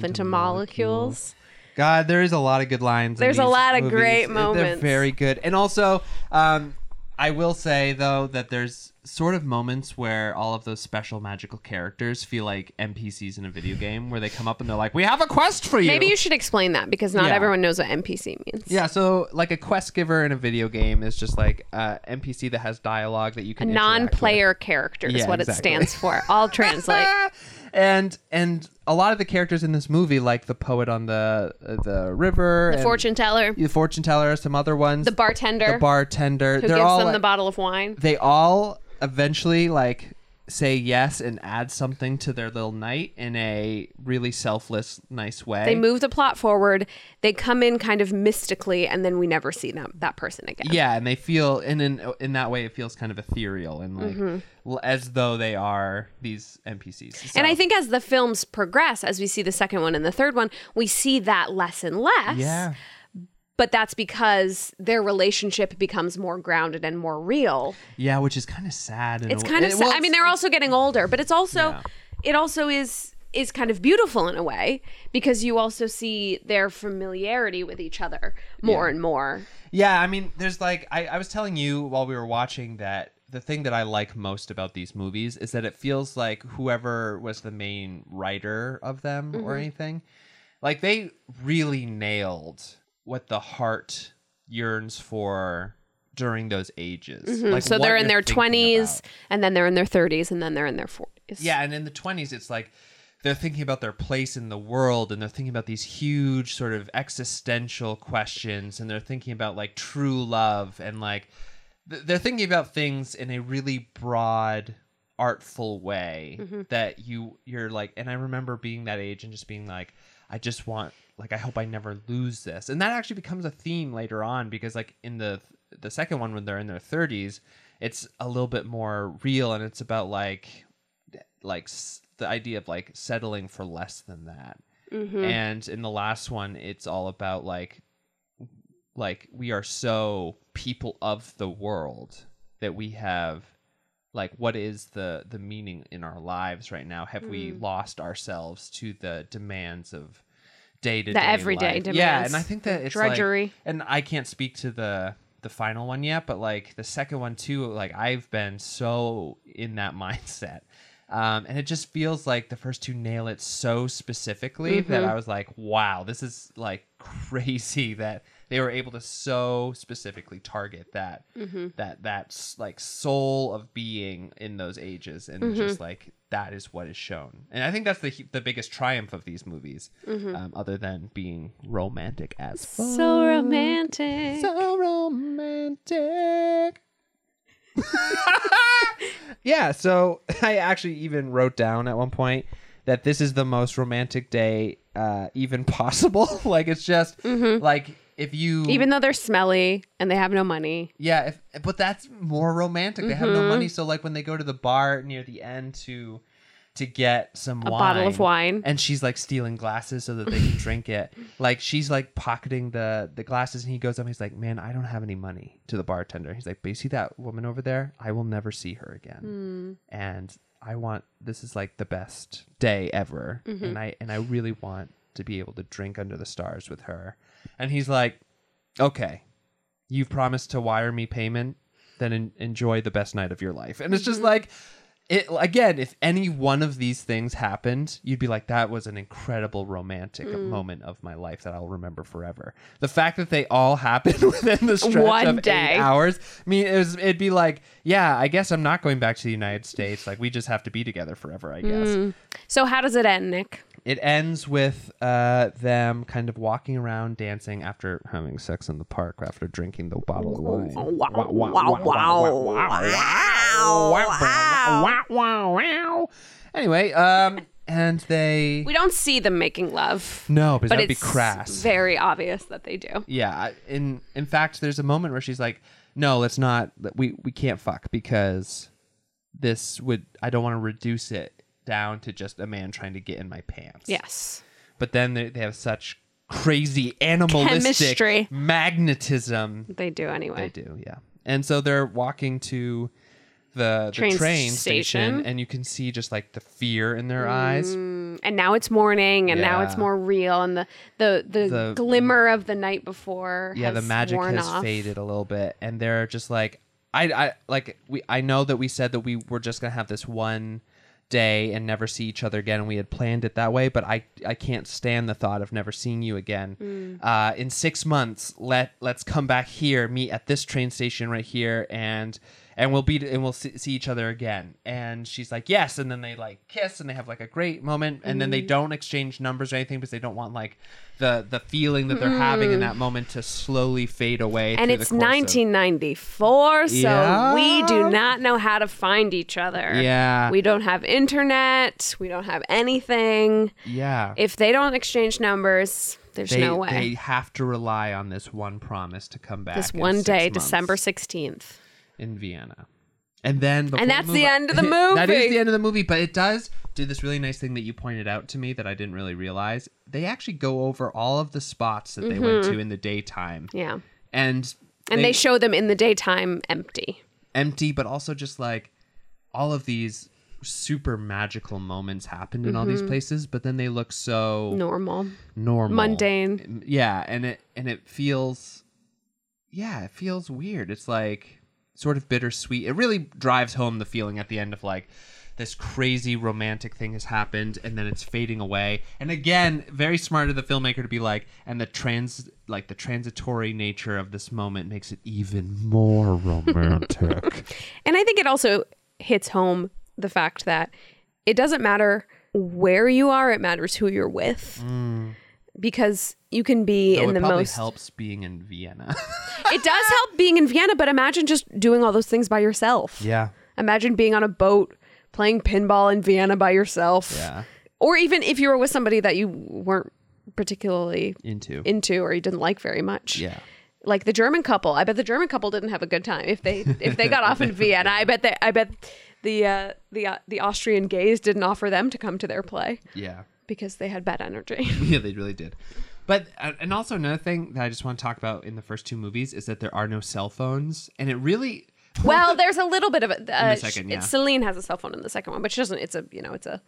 B: dissolve
A: into
B: into
A: molecules.
B: God, there is a lot of good lines. in
A: There's a
B: these
A: lot of
B: movies.
A: great
B: They're-
A: moments.
B: They're very good. And also, um, I will say though that there's sort of moments where all of those special magical characters feel like NPCs in a video game, where they come up and they're like, "We have a quest for you."
A: Maybe you should explain that because not
B: Yeah.
A: everyone knows what NPC means.
B: Yeah, so like a quest giver in a video game is just like a NPC that has dialogue that you
A: A
B: can interact with.
A: non-player character is
B: Yeah,
A: what
B: exactly.
A: it stands for. I'll translate.
B: Ah! and and a lot of the characters in this movie, like the poet on the uh, the river, [LAUGHS]
A: the
B: and
A: fortune teller,
B: the fortune teller, some other ones,
A: the bartender
B: the bartender,
A: who
B: they're
A: gives
B: all
A: them
B: like-
A: the bottle of wine.
B: they all eventually like say yes and add something to their little night in a really selfless, nice way.
A: They move the plot forward. They come in kind of mystically, and then we never see them that person again.
B: yeah and they feel and in in that way it feels kind of ethereal and like l- as though they are these npcs
A: Mm-hmm. And I
B: So-
A: think as the films progress, as we see the second one and the third one, we see that less and less.
B: yeah
A: But that's because their relationship becomes more grounded and more real.
B: yeah which is kind of sad in a
A: It's
B: way.
A: kind of
B: It-
A: sad.
B: well,
A: I
B: it's-
A: mean, they're also getting older, but it's also
B: Yeah.
A: it also is is kind of beautiful in a way because you also see their familiarity with each other more and more.
B: yeah i mean there's like I, I was telling you while we were watching that the thing that i like most about these movies is that it feels like whoever was the main writer of them
A: Mm-hmm.
B: or anything like they really nailed what the heart yearns for during those ages like
A: Mm-hmm. so
B: what
A: they're in
B: you're
A: their
B: thinking
A: 20s
B: about.
A: and then they're in their 30s and then they're in their 40s.
B: Yeah, and in the 20s, it's like they're thinking about their place in the world and they're thinking about these huge sort of existential questions and they're thinking about like true love and like th- they're thinking about things in a really broad artful way that you you're like and I remember being that age and just being like I just want like I hope I never lose this. And that actually becomes a theme later on because like in the the second one when they're in their 30s, it's a little bit more real and it's about like like s- the idea of like settling for less than that
A: Hmm.
B: and in the last one it's all about like like we are so people of the world that we have like what is the the meaning in our lives right now have we
A: Hmm.
B: lost ourselves to the demands of day to day
A: The everyday
B: yeah
A: demands,
B: and i think that it's
A: drudgery.
B: like, and i can't speak to the the final one yet but like the second one too like i've been so in that [LAUGHS] mindset um, and it just feels like the first two nail it so specifically that I was like, wow, this is like [LAUGHS] crazy that they were able to so specifically target that that that s- like soul of being in those ages and just like that is what is shown and i think that's the hu- the biggest triumph of these movies um, other than being romantic as fuck.
A: So romantic.
B: So romantic. yeah, so [LAUGHS] I actually even wrote down at one point that this is the most romantic day uh, even possible. [LAUGHS] like it's just like if you
A: Even though they're smelly and they have no money.
B: yeah, if, but that's more romantic. They have no
A: Mm-hmm.
B: money, so like when they go to the bar near the end to to get some
A: A bottle of wine.
B: and she's like stealing glasses so that they can drink
A: [LAUGHS]
B: it. Like she's like pocketing the the glasses, and he goes up. and He's like, "Man, I don't have any money." To the bartender, he's like, "But you see that woman over there? I will never see her
A: Hmm.
B: again." And I want this is like the best day ever,
A: Mm-hmm.
B: and I and I really want to be able to drink under the stars with her. And he's like, "Okay, you've promised to wire me payment, then en- enjoy the best night of your life. And it's just
A: Mm-hmm.
B: like, it again, if any one of these things happened, you'd be like, that was an incredible romantic
A: Mm.
B: moment of my life that I'll remember forever. The fact that they all [LAUGHS] happened within the stretch
A: One
B: of
A: day.
B: eight hours, I mean, it was, it'd be like, yeah, I guess I'm not going back to the United States. Like, we just have to be together forever, I guess
A: Mm. So how does it end, Nick?
B: it ends with uh, them kind of walking around dancing after having sex in the park after drinking the bottle of wine. Wow, wow, wow, wow, wow, wow, wow. Anyway, um, and they
A: We don't see them making love.
B: no, because
A: But
B: that'd
A: it's
B: be crass.
A: very obvious that they do.
B: Yeah, I- in in fact, there's a moment where she's like, "No, let's not. We we can't fuck because this would. I don't want to reduce it down to just a man trying to get in my pants."
A: Yes.
B: but then they, they have such crazy animalistic
A: Chemistry.
B: magnetism.
A: They do
B: They
A: anyway.
B: do, yeah. And so they're walking to the, the train,
A: Train
B: station.
A: station.
B: and you can see just like the fear in their eyes.
A: Mm, And now it's morning and now it's
B: Yeah.
A: more real and the the, the,
B: The-
A: glimmer of the night before
B: Yeah, the
A: has
B: magic
A: worn
B: has
A: off.
B: faded a little bit, and they're just like, I, I like we. I know that we said that we were just gonna have this one day and never see each other again, and we had planned it that way. But I, I can't stand the thought of never seeing you again. Uh, in six months, let let's come back here, meet at this train station right here, and and we'll be and we'll see, see each other again. And she's like, yes, and then they like kiss and they have like a great moment, and then they don't exchange numbers or anything because they don't want like the the feeling that they're having in that moment to slowly fade away.
A: And
B: through the
A: it's
B: course of-
A: 1994, so
B: Yeah.
A: we do not know how to find each other.
B: Yeah.
A: We don't have internet. We don't have anything.
B: yeah.
A: If they don't exchange numbers, there's
B: they,
A: no way.
B: they have to rely on this one promise to come back.
A: this
B: in
A: one
B: six
A: day,
B: months
A: December 16th.
B: in Vienna, and then before we
A: that's
B: move
A: the
B: on- [LAUGHS]
A: end of the
B: that
A: movie.
B: is the end of the movie, but it does do this really nice thing that you pointed out to me that I didn't really realize. They actually go over all of the spots that they went to in the daytime,
A: Yeah.
B: and
A: Mm-hmm. And they, show them in the daytime empty.
B: empty, but also just like all of these super magical moments happened in all
A: Mm-hmm.
B: these places, but then they look so
A: Normal.
B: normal,
A: Mundane.
B: Yeah, and it and it feels, yeah, it feels weird. It's like sort of bittersweet. It really drives home the feeling at the end of like this crazy romantic thing has happened and then it's fading away. And again, very smart of the filmmaker to be like, and the trans like the transitory nature of this moment makes it even more romantic.
A: And I think it also hits home the fact that it doesn't matter where you are, it matters who you're with. Because you can
B: Mm.
A: be
B: Though
A: [LAUGHS] in
B: it
A: the
B: probably
A: most.
B: helps being in Vienna.
A: It does help being in Vienna, but imagine just doing all those things by yourself.
B: yeah.
A: Imagine being on a boat, playing pinball in Vienna by yourself.
B: [LAUGHS] Yeah.
A: Or even if you were with somebody that you weren't particularly
B: Into.
A: into or you didn't like very much.
B: yeah.
A: Like the German couple. I bet the German couple didn't have a good time if they if
B: [LAUGHS]
A: they got off in Vienna. I bet they I bet the uh, the uh, the Austrian gays didn't offer them to come to their play
B: Yeah.
A: because they had
B: [LAUGHS]
A: bad energy.
B: yeah, they really did. But uh, and also another thing that I just want to talk about in the first two movies is that there are no cell phones, and it really
A: well, there's a little bit of a uh,
B: second,
A: sh-
B: yeah.
A: Celine has a cell phone in the second one, but she doesn't. It's a you know it's a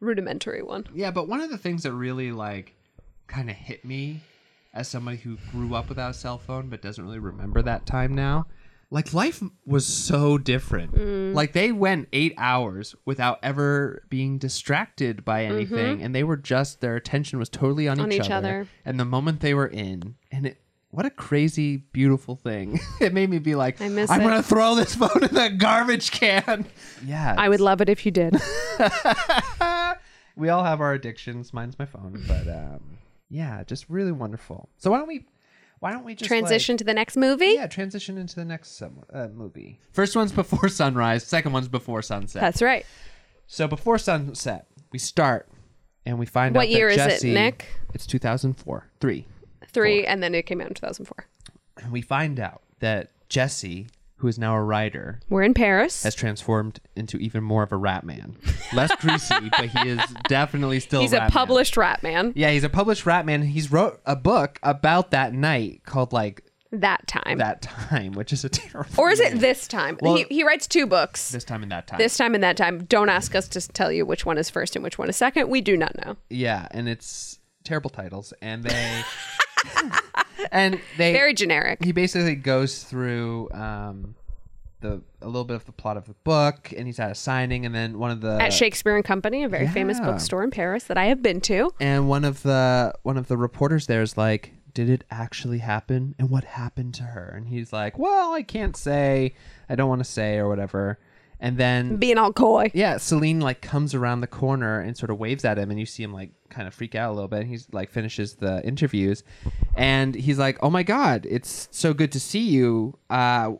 A: rudimentary one.
B: yeah. But one of the things that really like kind of hit me as somebody who grew up without a cell phone but doesn't really remember that time now. Like life was so different.
A: Mm.
B: Like they went eight hours without ever being distracted by anything, and they were just their attention was totally on,
A: Mm-hmm. On
B: each,
A: each
B: other.
A: other.
B: And the moment they were in, and it what a crazy, beautiful thing. [LAUGHS] it made me be like,
A: I miss
B: I'm
A: it.
B: gonna throw this [LAUGHS] phone in the garbage can. Yeah,
A: I would love it if
B: [LAUGHS]
A: you did.
B: we all have our addictions. Mine's my phone, but um, yeah, just really wonderful. So why don't we, why don't we just like-
A: Transition to the next movie.
B: yeah, transition into the next sum- uh, movie. First one's before sunrise. Second one's before sunset.
A: That's right.
B: so before sunset, we start and we find
A: What
B: out that
A: year is it,
B: Jesse-
A: Nick?
B: It's 2004, three.
A: Three, and then it came out in 2004.
B: And we find out that Jesse, who is now a writer,
A: We're in Paris.
B: has transformed into even more of a rat man. Less greasy, but he is definitely still.
A: He's a
B: Rat Man.
A: published rat man
B: Yeah, he's a published rat man. He's wrote a book about that night called like
A: that time.
B: that time, which is a [LAUGHS] terrible.
A: or is
B: name.
A: it this time?
B: Well-
A: he, he writes two books.
B: this time and that time?
A: this time and that time. Don't ask us to tell you which one is first and which one is second. We do not know.
B: Yeah, and it's terrible titles, and they [LAUGHS] and they
A: Very generic.
B: He basically goes through um, the a little bit of the plot of the book, and he's at a signing, and then one of the
A: At Shakespeare and Company, a very famous
B: yeah.
A: bookstore in Paris that I have been to.
B: and one of the one of the reporters there is like, "Did it actually happen? And what happened to her?" And he's like, "Well, I can't say. I don't want to say or whatever." And then
A: Being all coy.
B: yeah, Celine like comes around the corner and sort of waves at him, and you see him like kind of freak out a little bit. And he's like finishes the interviews, and he's like, "Oh my god, it's so good to see you. Uh,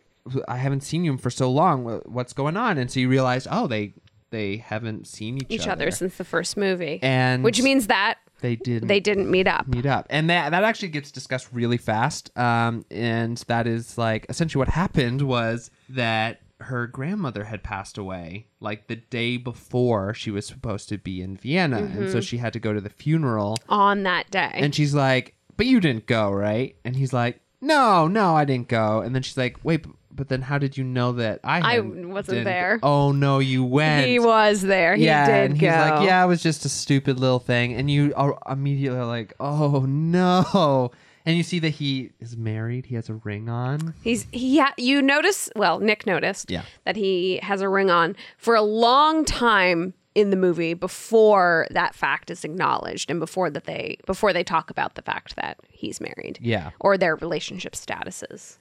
B: I haven't seen you for so long. Wh- What's going on?" And so you realize, oh, they they haven't seen each,
A: Each other since the first movie.
B: And-
A: which means that
B: They didn't.
A: they didn't meet up.
B: meet up, and that that actually gets discussed really fast. Um, and that is like essentially what happened was that her grandmother had passed away like the day before she was supposed to be in Vienna, and
A: Mm-hmm.
B: so she had to go to the funeral.
A: on that day.
B: And she's like, "But you didn't go, right?" And he's like, "No, no, I didn't go." And then she's like, "Wait, b- but then how did you know that I
A: I
B: hadn't-
A: wasn't
B: didn't go?"
A: there.
B: Oh no, you went
A: [LAUGHS] he was there. He
B: yeah,
A: did
B: and
A: go.
B: he's like, yeah, it was just a stupid little thing, and you are immediately like, oh no, and you see that he is married, he has a ring on.
A: He's he ha- you notice well, Nick noticed
B: Yeah.
A: that he has a ring on for a long time in the movie before that fact is acknowledged and before that they before they talk about the fact that he's married.
B: Yeah.
A: Or their relationship statuses.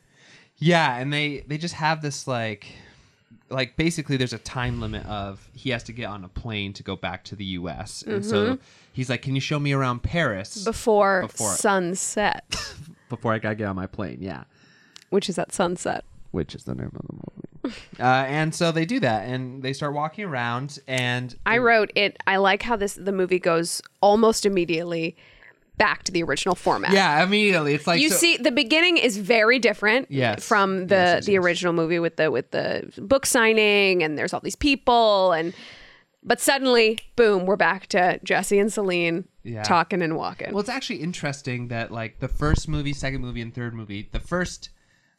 B: Yeah, and they they just have this like, like basically there's a time limit of he has to get on a plane to go back to the U.S. and
A: Mm-hmm.
B: so he's like, can you show me around Paris
A: Before,
B: Before it.
A: sunset.
B: [LAUGHS] before I gotta get on my plane? Yeah.
A: Which is at sunset.
B: Which is the name of the
A: [LAUGHS]
B: movie. uh, and so they do that, and they start walking around, and
A: I wrote it I like how this the movie goes almost immediately back to the original format.
B: yeah, immediately it's like
A: you
B: so-
A: see the beginning is very different
B: Yes.
A: from the
B: Yes, yes,
A: the
B: yes.
A: original movie with the with the book signing and there's all these people and but suddenly boom we're back to Jesse and Celine
B: Yeah.
A: talking and walking.
B: Well, it's actually interesting that like the first movie, second movie, and third movie, the first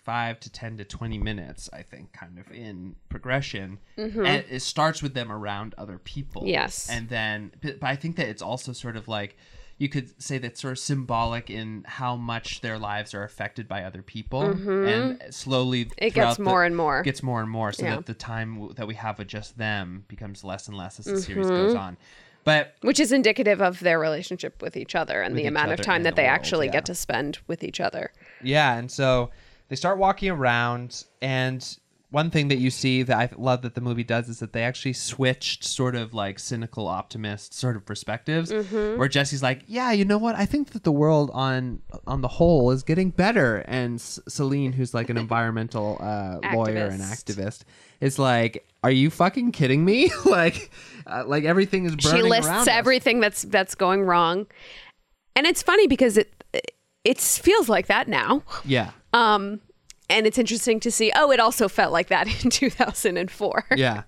B: five to ten to twenty minutes, I think, kind of in progression, and it starts with them around other people.
A: Mm-hmm. Yes.
B: and then, but but I think that it's also sort of like you could say that's sort of symbolic in how much their lives are affected by other people, and slowly
A: Mm-hmm. It gets
B: throughout the-
A: more and more.
B: gets more and more, so
A: Yeah.
B: that the time w- that we have with just them becomes less and less as the series
A: Mm-hmm.
B: goes on. But
A: which is indicative of their relationship with each other and the
B: each
A: amount of
B: other
A: time
B: and
A: that
B: the
A: they
B: world,
A: actually
B: yeah.
A: get to spend with each other.
B: Yeah, and so they start walking around, and one thing that you see that I love that the movie does is that they actually switched sort of like cynical optimist sort of perspectives,
A: Mm-hmm.
B: where Jesse's like, "Yeah, you know what? I think that the world on on the whole is getting better," and S- Celine, who's like
A: [LAUGHS]
B: an environmental uh, lawyer and
A: Activist.
B: activist, is like. Are you fucking kidding me? [LAUGHS] like, uh, like everything is burning
A: she
B: around
A: lists
B: us."
A: everything that's that's going wrong. And it's funny because it it feels like that now.
B: Yeah,
A: Um, and it's interesting to see. Oh, it also felt like that in [LAUGHS] 2004.
B: yeah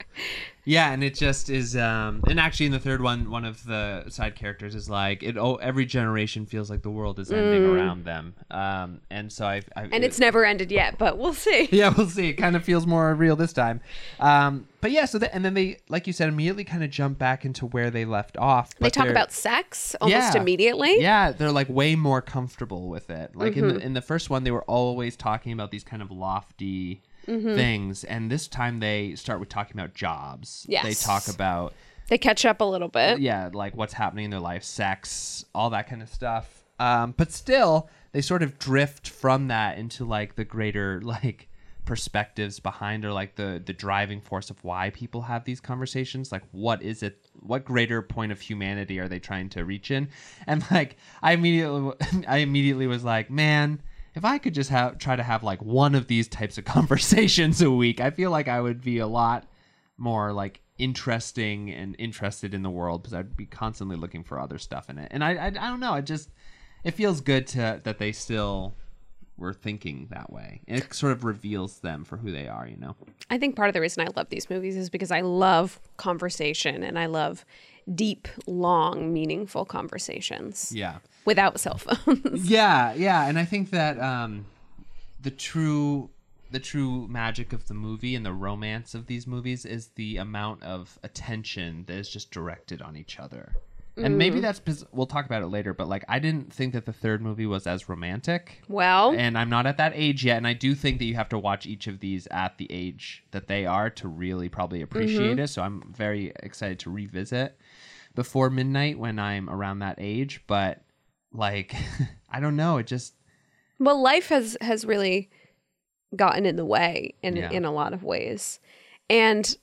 B: yeah and it just is um and actually in the third one one of the side characters is like it oh every generation feels like the world is ending around them um and so i, I
A: Mm. And it's never ended yet, but we'll see.
B: [LAUGHS] yeah we'll see it kind of feels more real this time um but yeah so that and then they like you said immediately kind of jump back into where they left off
A: They
B: but
A: talk
B: they're-
A: about sex almost
B: Yeah.
A: immediately. Mm-hmm.
B: yeah they're like way more comfortable with it like in, the, in the first one they were always talking about these kind of lofty
A: Mm-hmm.
B: things and this time they start with talking about jobs they
A: Yes.
B: talk about
A: They catch up a little bit.
B: yeah, like what's happening in their life, sex, all that kind of stuff. Um, but still, they sort of drift from that into like the greater [LAUGHS] like perspectives behind or like the the driving force of why people have these conversations like what is it what greater point of humanity are they trying to reach in and [LAUGHS] like i immediately [LAUGHS] i immediately was like man if i could just have try to have like one of these types of [LAUGHS] conversations a week i feel like i would be a lot more like interesting and interested in the world because I'd be constantly looking for other stuff in it. And I, I, I don't know. It just it feels good to that they still were thinking that way. It sort of reveals them for who they are, you know.
A: I think part of the reason I love these movies is because I love conversation and I love deep, long, meaningful conversations
B: Yeah.
A: without
B: [LAUGHS]
A: cell phones.
B: Yeah, yeah, and I think that um, the true the true magic of the movie and the romance of these movies is the amount of attention that is just directed on each other. And maybe that's because we'll talk about it later, but like I didn't think that the third movie was as romantic.
A: Well,
B: And I'm not at that age yet, and I do think that you have to watch each of these at the age that they are to really probably appreciate
A: Mm-hmm.
B: it. So I'm very excited to revisit before midnight when I'm around that age, but like [LAUGHS] I don't know, it just
A: well, life has has really gotten in the way in
B: Yeah.
A: in a lot of ways, and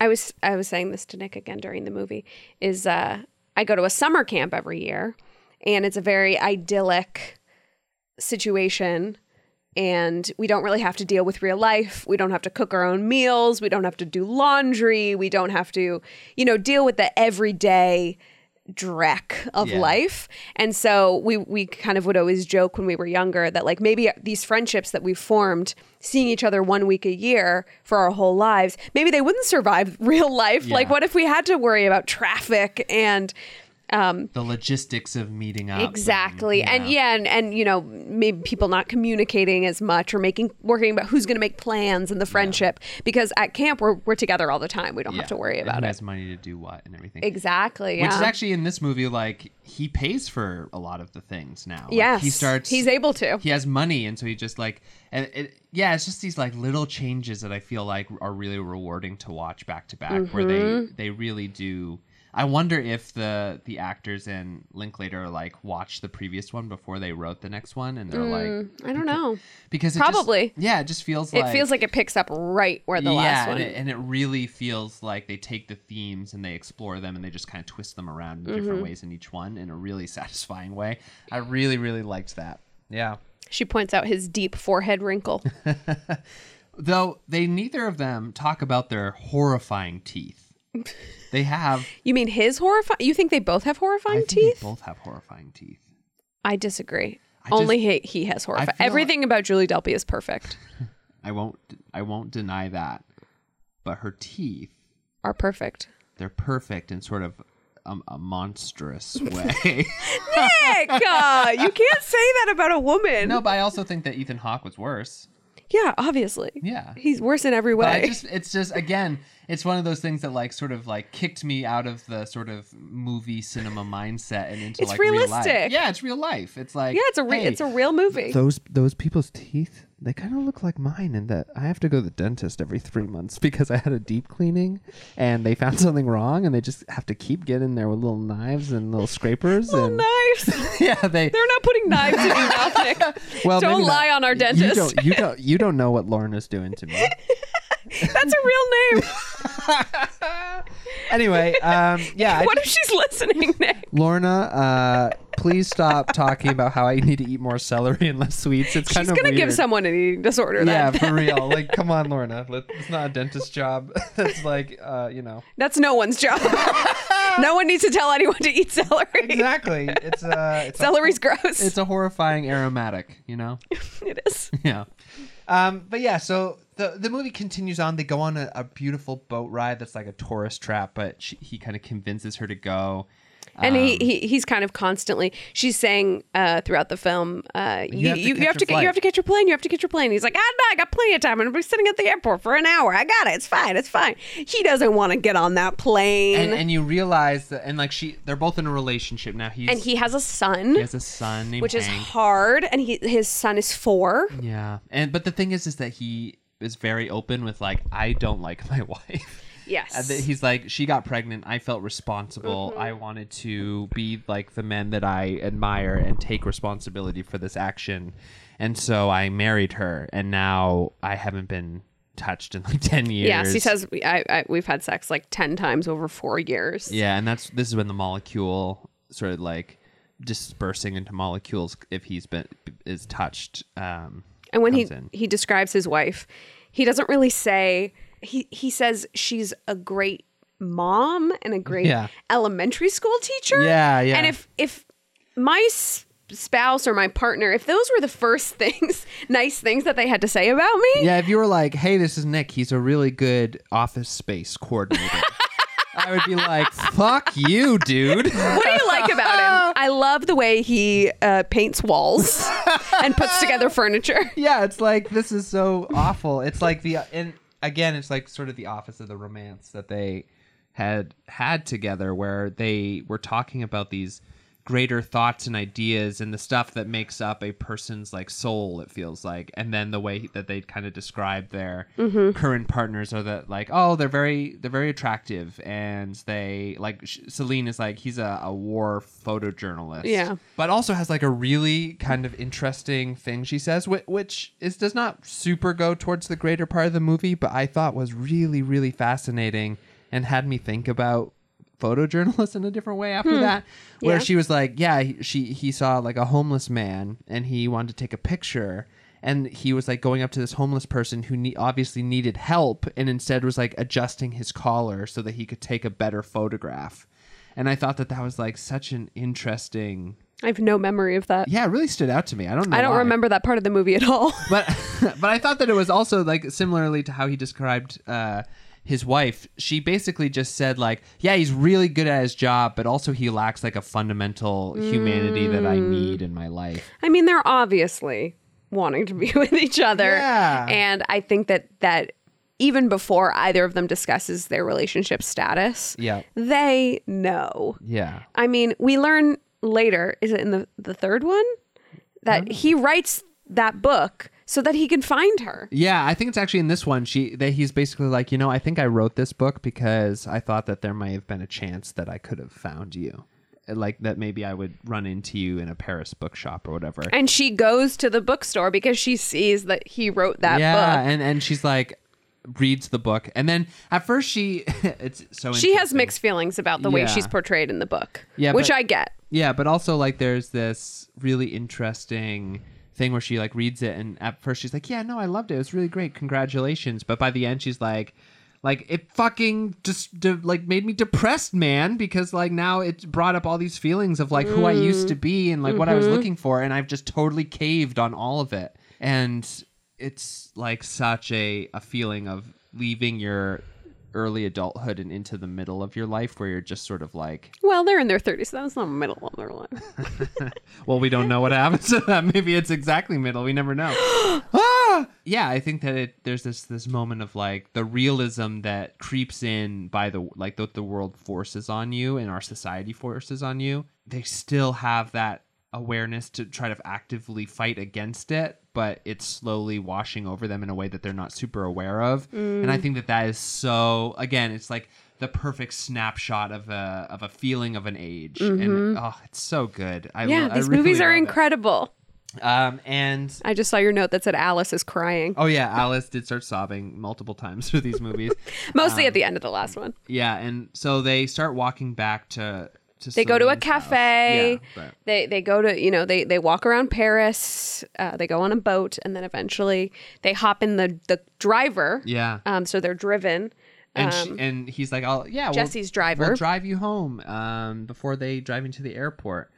A: I was I was saying this to Nick again during the movie is uh, I go to a summer camp every year, and it's a very idyllic situation. And we don't really have to deal with real life. We don't have to cook our own meals. We don't have to do laundry. We don't have to, you know, deal with the everyday dreck of
B: Yeah.
A: life. And so we we kind of would always joke when we were younger that like maybe these friendships that we formed seeing each other one week a year for our whole lives, maybe they wouldn't survive [LAUGHS] real life. Like
B: Yeah.
A: what if we had to worry about traffic and
B: the logistics of meeting up. and-
A: Exactly. And yeah, and, and you know, maybe people not communicating as much or making working about who's gonna make plans in the friendship. Because at camp we're we're together all the time. We don't
B: Yeah.
A: have to worry
B: And
A: about
B: who
A: it.
B: has money to do what and everything.
A: Exactly. Yeah.
B: Which is actually in this movie, like he pays for a lot of the things now. Like,
A: yes.
B: he starts
A: he's able to.
B: he has money and so he just like and it, yeah it's just these like little changes that i feel like are really rewarding to watch back to back where they
A: Mm-hmm.
B: they really do i wonder if the the actors in linklater like watched the previous one before they wrote the next one and they're like
A: I
B: [LAUGHS]
A: don't know.
B: because it just-
A: Mm. Probably.
B: yeah it just feels
A: it feels like it picks up right where the
B: yeah,
A: last one.
B: And, it, and it really feels like they take the themes and they explore them and they just kind of twist them around in
A: Mm-hmm.
B: different ways in each one in a really [LAUGHS] satisfying way. I really, really liked that. Yeah.
A: she points out his deep forehead
B: [LAUGHS]
A: wrinkle.
B: Though they neither of them talk about their horrifying teeth. They have
A: you mean his [LAUGHS] horrifying? You think they both have
B: I
A: horrifying
B: think
A: teeth?
B: They both have horrifying teeth.
A: I disagree.
B: I just-
A: Only he, he has horrifying.
B: feel-
A: Everything about Julie Delpy is perfect.
B: I won't. I won't deny that. But her teeth,
A: Are perfect.
B: they're perfect in sort of a, a
A: [LAUGHS]
B: monstrous way. [LAUGHS]
A: Nick, uh, you can't say that about a woman.
B: no, but I also think that Ethan Hawke was worse.
A: Yeah, obviously.
B: Yeah.
A: He's worse in every way.
B: But I just it's just again, it's one of those things that like sort of like kicked me out of the sort of movie cinema mindset and into
A: It's
B: like real life.
A: realistic.
B: Yeah, it's real life. It's like
A: yeah, it's a re-
B: hey,
A: it's a real movie.
B: those those people's teeth they kind of look like mine in that i have to go to the dentist every three months [LAUGHS] because i had a deep cleaning and they found [LAUGHS] something wrong and they just have to keep getting there with little knives and little scrapers
A: Little
B: and
A: Oh,
B: [LAUGHS]
A: knives.
B: yeah they
A: They're not putting knives in your mouth,
B: [LAUGHS]
A: Nick.
B: well
A: don't
B: maybe not.
A: lie on our
B: you [LAUGHS]
A: dentist.
B: don't you don't you don't know what lauren is doing to
A: [LAUGHS]
B: me
A: That's a real name.
B: anyway um yeah [LAUGHS] I
A: what if she's listening, Nick?
B: Lorna, uh, please stop talking about how I need to eat more celery and less sweets. It's kind
A: She's
B: of
A: gonna give
B: weird.
A: someone an eating disorder.
B: Yeah,
A: That,
B: for real. Like, come on, Lorna. Let- It's not a dentist job. [LAUGHS] That's like, uh, you know.
A: [LAUGHS] that's no one's
B: [LAUGHS]
A: job. no one needs to tell anyone to eat celery.
B: Exactly. It's
A: [LAUGHS]
B: uh, it's a,
A: Celery's gross.
B: it's a horrifying aromatic. You know.
A: [LAUGHS]
B: [LAUGHS]
A: it is.
B: yeah. Um, but yeah, so the the movie continues on. They go on a, a beautiful boat ride that's like a tourist trap, but she, he kind of convinces her to go.
A: And
B: Um,
A: he, he he's kind of constantly. She's saying uh, throughout the film, uh, you you
B: have
A: have
B: to
A: to,
B: catch
A: you,
B: your
A: have to get you
B: flight.
A: have to catch your plane. You have to catch your plane. He's like, ah, no, I got plenty of time. I'm gonna be sitting at the airport for an hour. I got it. It's fine. It's fine. He doesn't want to get on that plane.
B: And,
A: And,
B: and you realize that, and like she, they're both in a relationship now. He's
A: he has a son,
B: He has a son named
A: which is
B: Hank.
A: hard. And he his son is four.
B: yeah, and but the thing is, is that he is very open with like I don't like my [LAUGHS] wife.
A: Yes.
B: And th- he's like, she got pregnant. I felt responsible.
A: Mm-hmm.
B: I wanted to be like the men that I admire and take responsibility for this action. And so I married her, and now I haven't been touched in like [LAUGHS] ten years.
A: Yes, he says we, I, I, we've had sex like ten times over four years.
B: Yeah, and that's this is when the molecule sort of like dispersing into molecules if he's been is touched. Um,
A: And when he
B: comes in.
A: he describes his wife, he doesn't really say he he says she's a great mom and a great
B: Yeah.
A: elementary school teacher.
B: Yeah, yeah.
A: And if if my s- spouse or my partner, if those were the first [LAUGHS] things, nice things that they had to say about me,
B: Yeah, if you were like, "Hey, this is Nick. He's a really good office space coordinator," I would be like, "Fuck you, dude."
A: what do you like
B: [LAUGHS]
A: about him? I love the way he uh, paints walls and puts together furniture.
B: [LAUGHS] yeah, it's like this is so awful. It's like the and again, it's like sort of the office of the romance that they had had together, where they were talking about these greater thoughts and ideas and the stuff that makes up a person's like soul it feels like and then the way that they kind of describe their current partners are that like oh they're very they're very attractive and they like sh- Celine is like he's a, a war photojournalist
A: Yeah.
B: but also has like a really kind of interesting thing she says, which, which is does not super go towards the greater part of the movie, but I thought was really really fascinating and had me think about photojournalists [LAUGHS] in a different way after that, where
A: Hmm. Yeah.
B: she was like, yeah, he- she he saw like a homeless man and he wanted to take a picture. And he was like going up to this homeless person who ne- obviously needed help, and instead was like adjusting his collar so that he could take a better photograph. And I thought that that was like such an interesting
A: I have no memory of that.
B: yeah, it really stood out to me. I don't know.
A: I don't
B: why.
A: remember that part of the movie at all. [LAUGHS]
B: But [LAUGHS] but I thought that it was also like similarly to how he described uh, his wife. She basically just said like, yeah, he's really good at his job, but also he lacks like a fundamental humanity that
A: Mm.
B: I need in my life.
A: I mean, they're obviously wanting to be [LAUGHS] with each other.
B: Yeah.
A: And I think that that even before either of them discusses their relationship status,
B: Yeah.
A: they know.
B: Yeah.
A: I mean, we learn later, is it in the, the third one? That
B: Mm-hmm.
A: he writes that book so that he can find her.
B: Yeah, I think it's actually in this one. She that he's basically like, you know, I think I wrote this book because I thought that there might have been a chance that I could have found you, like that maybe I would run into you in a Paris bookshop or whatever.
A: And she goes to the bookstore because she sees that he wrote that
B: yeah,
A: book.
B: and and she's like reads the book, and then at first she [LAUGHS] it's so
A: She has
B: interesting.
A: mixed feelings about the way
B: Yeah.
A: she's portrayed in the book,
B: Yeah,
A: which
B: but-
A: I get.
B: yeah, but also like there's this really interesting thing where she like reads it, and at first she's like, yeah, no, I loved it, it was really great, congratulations, but by the end she's like. Like it fucking just de- like made me depressed, man. Because like now it brought up all these feelings of like who I used to be and like what I was looking for, and I've just totally caved on all of it. And it's like such a a feeling of leaving your early adulthood and into the middle of your life, where you're just sort of like
A: Well, they're in their 30s. That was not middle of their life.
B: well, we don't know what happens to that. [LAUGHS] Maybe it's exactly middle. We never know. ah! Yeah, I think that it, there's this this moment of like the realism that creeps in by the like that the world forces on you and our society forces on you. They still have that awareness to try to actively fight against it, but it's slowly washing over them in a way that they're not super aware of. And
A: Mm.
B: I think that that is so. Again, it's like. The perfect snapshot of a of a feeling of an age, and oh, it's so good. I
A: Mm-hmm. Yeah,
B: lo- I
A: these
B: really
A: movies are
B: love it.
A: incredible.
B: Um, and
A: I just saw your note that said Alice is crying,
B: oh yeah, Alice did start sobbing multiple times through these
A: [LAUGHS]
B: movies.
A: mostly
B: um,
A: at the end of the last one.
B: yeah, and so they start walking back to to.
A: They go to a
B: Celine's house.
A: cafe.
B: Yeah, but-
A: They they go to you know they they walk around Paris. Uh, they go on a boat, and then eventually they hop in the the driver.
B: yeah.
A: Um. So they're driven.
B: and she, and he's like, "I'll yeah." we'll-
A: Um, Jesse's driver.
B: We'll drive you home um, before they drive into the airport.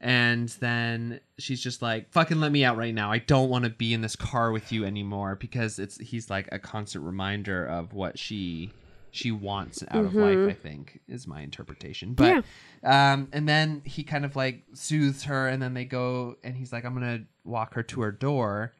B: And then she's just like, "Fucking let me out right now! I don't want to be in this car with you anymore." Because it's he's like a constant reminder of what she she wants out of
A: Mm-hmm.
B: life. I think is my interpretation. But um, and then he kind of like soothes her, and then they go, and he's like, "I'm gonna walk her to her door."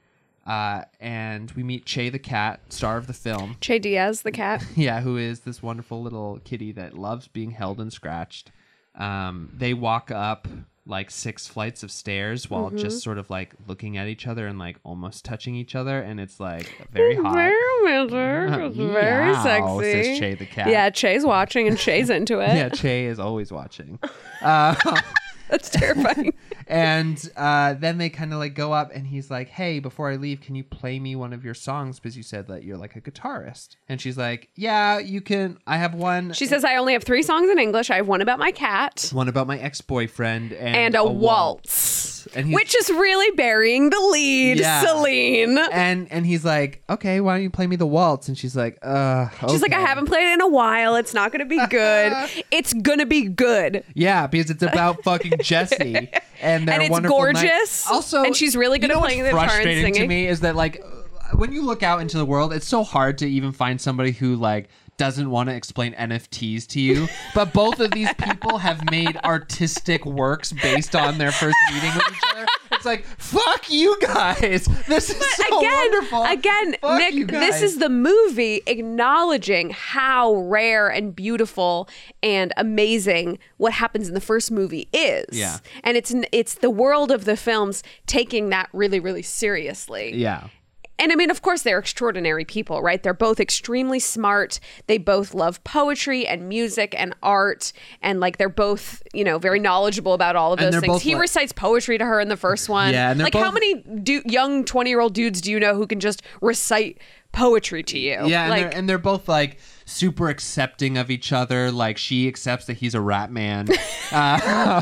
B: Uh, and we meet Che the cat, star of the film.
A: Che Diaz, the cat.
B: Yeah, who is this wonderful little kitty that loves being held and scratched. Um, they walk up like six flights of stairs while
A: Mm-hmm.
B: just sort of like looking at each other and like almost touching each other, and it's like
A: [LAUGHS]
B: very hot. [LAUGHS]
A: It's very
B: Meow,
A: sexy.
B: Says Che the cat.
A: Yeah, Che's watching and Che's into it.
B: Yeah, Che is always watching.
A: [LAUGHS] That's terrifying.
B: and uh, then they kind of like go up and he's like hey before i leave can you play me one of your songs because you said that you're like a guitarist and she's like yeah you can i have one
A: she says, I only have three songs in English. I have one about my cat
B: one about my ex-boyfriend and,
A: and a, waltz.
B: And he's-
A: Which is really burying the lead,
B: Yeah.
A: Celine.
B: and and he's like okay why don't you play me the waltz and she's like uh
A: She's like, I
B: okay."
A: haven't played it in a while. It's not going to be
B: [LAUGHS]
A: good. it's going to be good.
B: yeah because it's about fucking
A: [LAUGHS]
B: jesse and their
A: And it's
B: wonderful night.
A: gorgeous,
B: also
A: and she's really good
B: you know
A: at
B: what's
A: playing the guitar and
B: frustrating to
A: singing.
B: me is that like uh, when you look out into the world it's so hard to even find somebody who like doesn't want to explain NFTs to you, but both of these people have made artistic works based on their first meeting with each other. It's like, fuck you guys. This is so
A: again,
B: Oh, wonderful.
A: again,
B: Fuck you
A: Nick, this
B: guys.
A: is the movie acknowledging how rare and beautiful and amazing what happens in the first movie is.
B: Yeah.
A: and it's it's the world of the films taking that really, really seriously.
B: yeah.
A: And I mean, of course, they're extraordinary people, right? They're both extremely smart. They both love poetry and music and art. And like, they're both, you know, very knowledgeable about all of
B: And
A: those
B: they're
A: things.
B: both,
A: He
B: like-
A: recites poetry to her in the first one.
B: Yeah, and they're
A: like, how
B: both-
A: many du- young 20 year old dudes do you know who can just recite poetry to you?
B: Yeah, and,
A: Oh, Like,
B: they're, and they're both like super accepting of each other. Like she accepts that he's a rat
A: [LAUGHS]
B: man uh,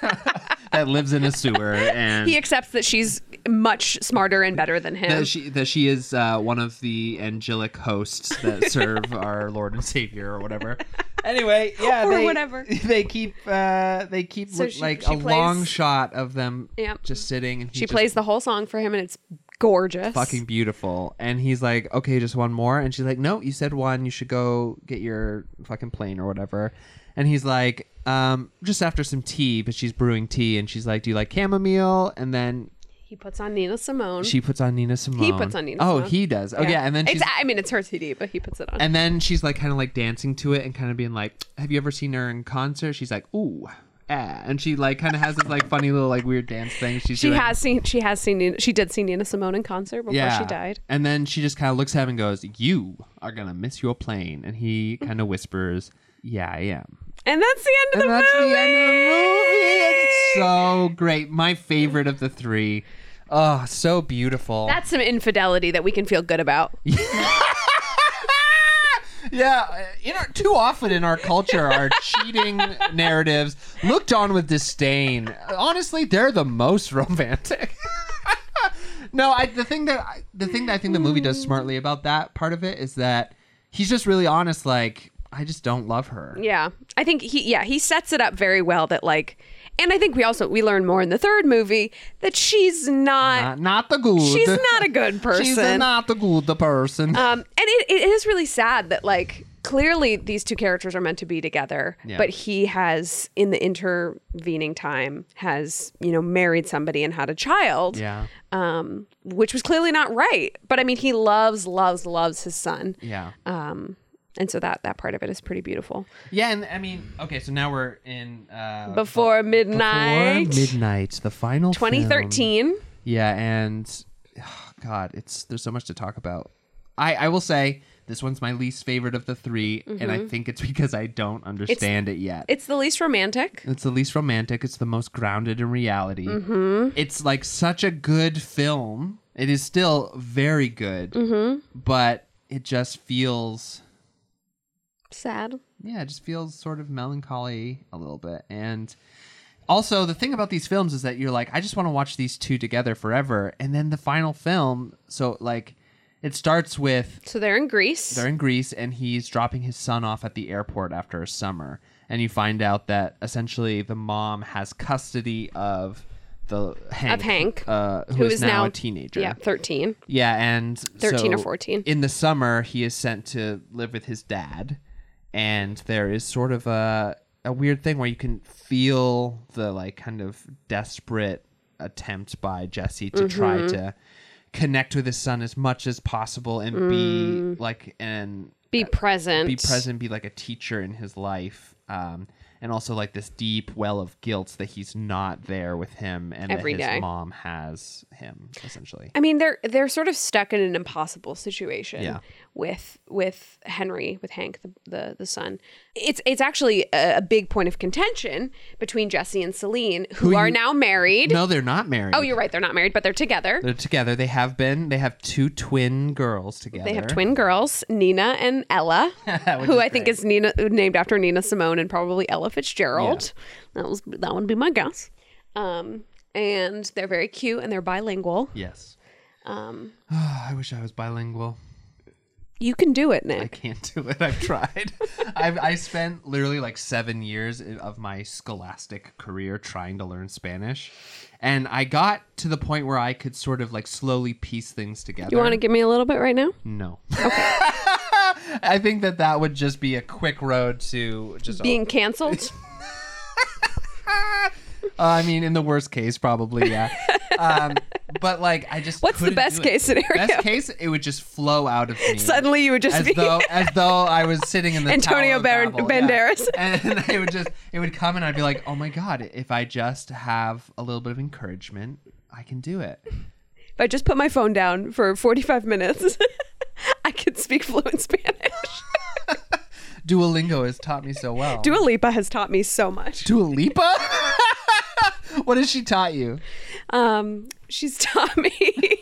B: [LAUGHS] that lives in a sewer, and
A: he accepts that she's much smarter and better than him.
B: that she that she is uh, one of the angelic hosts
A: [LAUGHS]
B: that serve our Lord and Savior or whatever.
A: [LAUGHS]
B: Anyway, yeah,
A: Or
B: they,
A: whatever.
B: [LAUGHS] They keep uh, they keep
A: So
B: look-
A: she-
B: like
A: she
B: a
A: plays-
B: long shot of them
A: Yep.
B: just sitting, and he
A: she
B: just
A: plays the whole song for him, and it's gorgeous.
B: fucking beautiful. And he's like, okay, just one more. And she's like, no, you said one. You should go get your fucking plane or whatever. And he's like, um, just after some tea, but she's brewing tea. And she's like, do you like chamomile? And then
A: He puts on Nina Simone.
B: she puts on Nina Simone.
A: he puts on Nina
B: Oh,
A: Simone.
B: he does. Oh, yeah. And then she's.
A: it's, I mean, it's her CD, but he puts it on.
B: and then she's like kind of like dancing to it and kind of being like, "Have you ever seen her in concert?" She's like, "Ooh, ah," and she like kind of has this like funny little like weird dance thing. She's
A: She
B: doing.
A: has seen. She has seen. Nina, she did see Nina Simone in concert before she died.
B: And then she just kind of looks at him and goes, "You are gonna miss your plane." And he kind of whispers, "Yeah, I am."
A: And that's the end of
B: And
A: the
B: that's
A: movie.
B: the end of the movie. It's so great. My favorite of the three. Oh, so beautiful.
A: That's some infidelity that we can feel good about.
B: [LAUGHS] yeah, uh, in our, too often in our culture
A: [LAUGHS]
B: are cheating narratives looked on with disdain. Honestly, they're the most [LAUGHS] romantic. no, I, the thing that I, the thing that I think the movie does smartly about that part of it is that he's just really honest. Like, I just don't love her.
A: Yeah, I think he. Yeah, he sets it up very well. That like, and I think we also we learn more in the third movie that she's not.
B: Not, not the good.
A: she's not a good
B: [LAUGHS]
A: person.
B: She's not the good person.
A: Um, and it, it is really sad that like clearly these two characters are meant to be together,
B: Yeah.
A: but he has in the intervening time has you know married somebody and had a child.
B: yeah.
A: um, which was clearly not right. But I mean, he loves, loves, loves his son,
B: Yeah.
A: um, and so that that part of it is pretty beautiful.
B: Yeah, and I mean, okay, so now we're in uh,
A: Before
B: Before
A: midnight,
B: midnight, the final film.
A: 2013.
B: Yeah, and oh, God, it's there's so much to talk about. I I will say this one's my least favorite of the 3 and I think Mm-hmm. it's [LAUGHS] because I don't understand it yet.
A: It's the least romantic.
B: It's the least romantic. It's the most grounded in reality. It's like such a good film. It is still very good, but it just feels
A: Sad.
B: yeah, it just feels sort of melancholy a little bit. And also, the thing about these films is that you're like, I just want to watch these two together forever. And then the final film, so like, it starts with
A: So they're in Greece.
B: they're in Greece and he's dropping his son off at the airport after a summer. And you find out that essentially the mom has custody of the Hank,
A: Of Hank,
B: uh, who is, now, a teenager.
A: Yeah, 13.
B: Yeah, and
A: 13 or
B: so
A: 14.
B: In the summer, he is sent to live with his dad, and there is sort of a a weird thing where you can feel the like kind of desperate attempt by Jesse to try
A: Mm-hmm.
B: to connect with his son as much as possible and
A: Mm.
B: be like an
A: Be present.
B: Uh, be present, be like a teacher in his life. Um, and also like this deep well of guilt that he's not there with him and
A: Every
B: that his
A: day.
B: mom has him essentially.
A: I mean, they're they're sort of stuck in an impossible situation
B: Yeah.
A: with with Henry, with Hank, the, the the son. It's it's actually a, a big point of contention between Jesse and Celine, who,
B: Who
A: are
B: you-
A: now married.
B: No, they're not married.
A: Oh, you're right; they're not married, but they're together.
B: They're together. They have been. They have two twin girls together.
A: They have twin girls, Nina and Ella,
B: [LAUGHS] Which
A: who
B: is
A: I think
B: great.
A: is Nina named after Nina Simone and probably Ella Fitzgerald. That was that would be my guess. Um, and they're very cute and they're bilingual.
B: Yes.
A: Um,
B: [SIGHS] I wish I was bilingual.
A: you can do it,
B: I
A: Nick.
B: can't do it. I've tried. [LAUGHS] I've I spent literally like seven years i- of my scholastic career trying to learn Spanish, and I got to the point where I could sort of like slowly piece things together.
A: You want to give me a little bit right now?
B: No. [LAUGHS] I think that that would just be a quick road to just. [LAUGHS]
A: Being canceled.
B: Uh, I mean, in the worst case, probably yeah. um, but like, I just.
A: What's the
B: couldn't
A: best
B: do it.
A: case scenario?
B: Best case, it would just flow out of me.
A: Suddenly, you would just
B: as
A: be
B: though as though I was sitting in the
A: Antonio
B: Tower of
A: Bar-
B: Babel,
A: Banderas.
B: yeah. [LAUGHS] and it would just it would come and I'd be like, oh my god, if I just have a little bit of encouragement, I can do it.
A: if [LAUGHS] I just put my phone down for forty-five minutes. [LAUGHS] I could speak fluent Spanish. [LAUGHS]
B: Duolingo has taught me so well.
A: Dua Lipa has taught me so much.
B: Dua Lipa? [LAUGHS] what has she taught you?
A: Um, she's [LAUGHS] taught me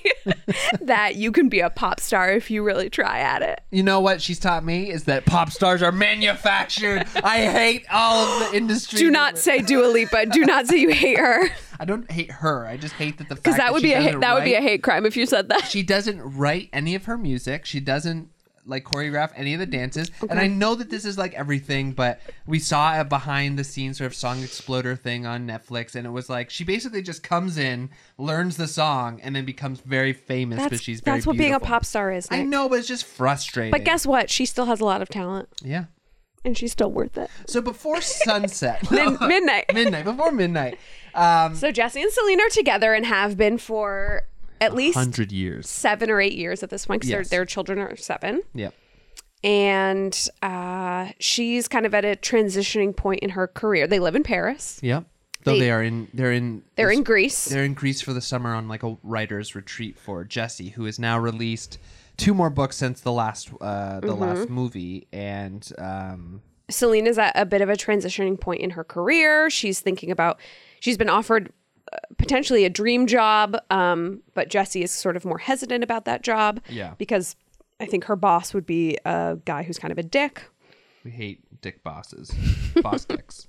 A: that you can be a pop star if you really try at it.
B: You know what she's taught me is that pop stars are manufactured. I hate all of the industry.
A: Do not say Dua Lipa. Do not say you
B: [LAUGHS]
A: hate her,
B: I don't hate her. I just hate that the fact
A: because that would
B: she
A: be a
B: doesn't
A: hate, that would be a
B: write-
A: hate crime if you said that.
B: She doesn't write any of her music. She doesn't like choreograph any of the dances. And I know that this is like everything, but we saw a behind the scenes sort of song exploder thing on Netflix and it was like she basically just comes in, learns the song, and then becomes very famous
A: That's,
B: but she's very
A: that's what being a
B: beautiful.
A: pop star is.
B: I
A: Nick.
B: know, but it's just frustrating.
A: But guess what? She still has a lot of talent,
B: Yeah.
A: and she's still worth it.
B: So before sunset [LAUGHS]
A: [LAUGHS] Min- midnight.
B: midnight, before midnight. Um
A: So Jesse and Celine are together and have been for at least
B: hundred years.
A: seven or eight years at this point, because
B: Yes.
A: their children are seven.
B: Yep.
A: And uh, she's kind of at a transitioning point in her career. They live in Paris.
B: Yep. Though
A: They-
B: they, are in they're in
A: They're
B: this-
A: in Greece.
B: They're in Greece for the summer on like a writer's retreat for Jesse, who has now released two more books since the last uh,
A: Mm-hmm.
B: the last movie, and um,
A: Celine is at a bit of a transitioning point in her career. She's thinking about, she's been offered uh, potentially a dream job, um, but Jesse is sort of more hesitant about that job.
B: Yeah.
A: Because I think her boss would be a guy who's kind of a dick.
B: we hate dick bosses,
A: [LAUGHS]
B: boss dicks.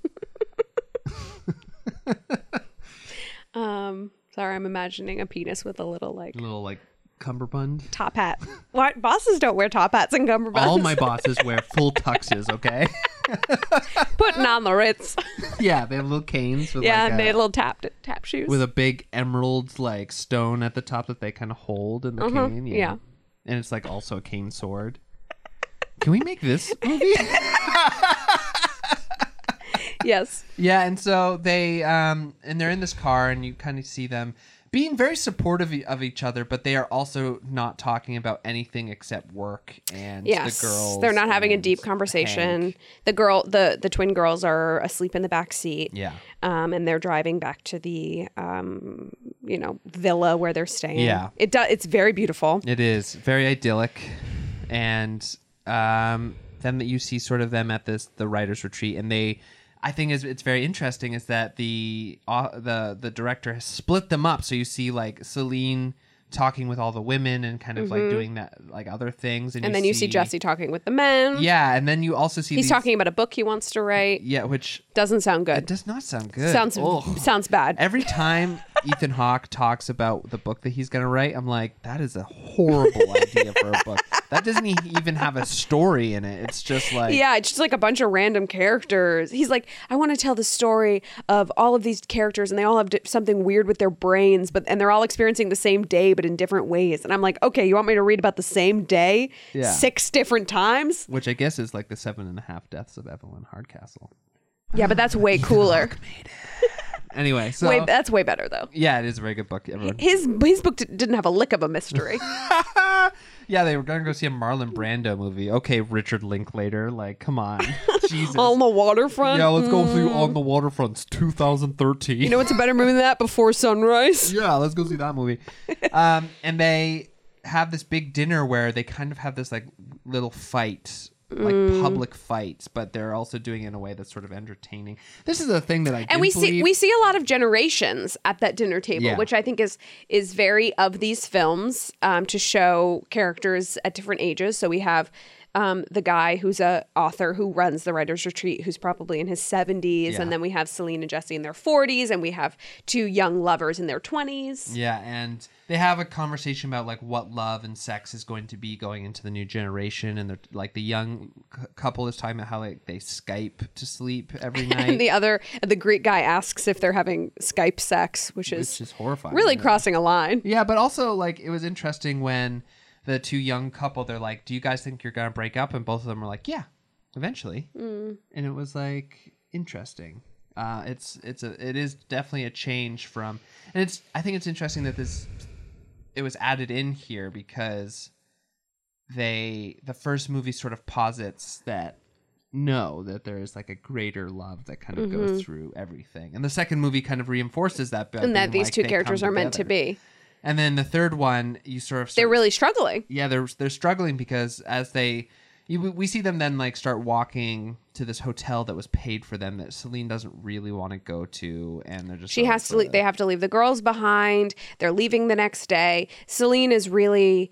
A: Um, sorry, I'm imagining a penis with a little like
B: A little like cummerbund.
A: top hat. [LAUGHS] What bosses don't wear top hats and cummerbunds?
B: All my bosses wear full tuxes. Okay,
A: [LAUGHS]
B: [LAUGHS]
A: putting on the Ritz.
B: yeah, they have little canes with
A: yeah,
B: like
A: and they
B: a,
A: had little tap tap shoes.
B: with a big emerald like stone at the top that they kind of hold in the cane. Yeah.
A: Uh-huh, yeah.
B: and it's like also a cane sword. Can we make
A: [LAUGHS]
B: this movie?
A: yes,
B: Yeah, and so they um and they're in this car and you kind of see them being very supportive e- of each other, but they are also not talking about anything except work and
A: yes.
B: [LAUGHS] the girls.
A: They're not having a
B: and
A: deep conversation.
B: Hank.
A: The girl, the the twin girls are asleep in the back seat.
B: Yeah.
A: um, and they're driving back to the um, you know villa where they're staying.
B: Yeah.
A: it does. It's very beautiful.
B: It is very idyllic, and um, then that you see sort of them at this the writers retreat, and they, I think is it's very interesting is that the uh, the the director has split them up, so you see like Celine talking with all the women and kind of like doing that like other things, and,
A: Mm-hmm. And then you see Jesse talking with the men.
B: Yeah, and then you also see
A: he's
B: these-
A: talking about a book he wants to write.
B: Yeah, which
A: Doesn't sound
B: it
A: good.
B: does not sound good.
A: Sounds
B: Ugh.
A: sounds bad.
B: Every time Ethan Hawke talks about the book that he's going to write, I'm like, that is a horrible idea for a book. That doesn't e- even have a story in it. It's just like,
A: Yeah, it's just like a bunch of random characters. He's like, I want to tell the story of all of these characters, and they all have di- something weird with their brains, but and they're all experiencing the same day, but in different ways. And I'm like, okay, you want me to read about the same day
B: Yeah.
A: six different times?
B: which I guess is like the seven and a half deaths of Evelyn Hardcastle.
A: Yeah, but that's way cooler.
B: Anyway, so
A: Way, that's way better though. [LAUGHS]
B: yeah, it is a very good book. Everyone,
A: His his book d- didn't have a lick of a mystery.
B: Yeah, they were gonna go see a Marlon Brando movie. Okay, Richard Linklater, like, come
A: [LAUGHS]
B: on, Jesus.
A: [LAUGHS] on the waterfront.
B: yeah, let's go see On the Waterfronts 2013.
A: You know what's a better movie than that? Before Sunrise.
B: yeah, let's go see that
A: [LAUGHS]
B: movie. Um, and they have this big dinner where they kind of have this like little fight, like
A: Mm.
B: public fights, but they're also doing it in a way that's sort of entertaining. This is the thing that I
A: And
B: did
A: we see
B: believe-
A: we see a lot of generations at that dinner table,
B: Yeah.
A: which I think is is very of these films um, to show characters at different ages. So we have um, the guy who's a author who runs the writers retreat, who's probably in his seventies,
B: Yeah.
A: and then we have Celine and Jesse in their forties, and we have two young lovers in their twenties.
B: Yeah, and they have a conversation about like what love and sex is going to be going into the new generation, and they're like the young c- couple is talking about how like they Skype to sleep every night,
A: [LAUGHS] And the other, the Greek guy asks if they're having Skype sex, which
B: which
A: is
B: is horrifying.
A: really
B: yeah.
A: crossing a line.
B: Yeah, but also like it was interesting when the two young couple they're like, "Do you guys think you're gonna break up?" And both of them were like, "Yeah, eventually." Mm. And it was like interesting. Uh, it's it's a it is definitely a change from, and it's I think it's interesting that this it was added in here because they the first movie sort of posits that no that there is like a greater love that kind of goes through everything and the second movie kind of reinforces that by
A: Mm-hmm. and that
B: being
A: these
B: like,
A: two
B: they
A: characters
B: come
A: are meant to
B: together.
A: be.
B: And then the third one, you sort of start,
A: They're really struggling.
B: yeah they're they're struggling because as they you, we see them then like start walking to this hotel that was paid for them that Celine doesn't really want to go to, and they're just
A: She
B: sort of
A: has to. Le- they have to leave the girls behind. They're leaving the next day. Celine is really.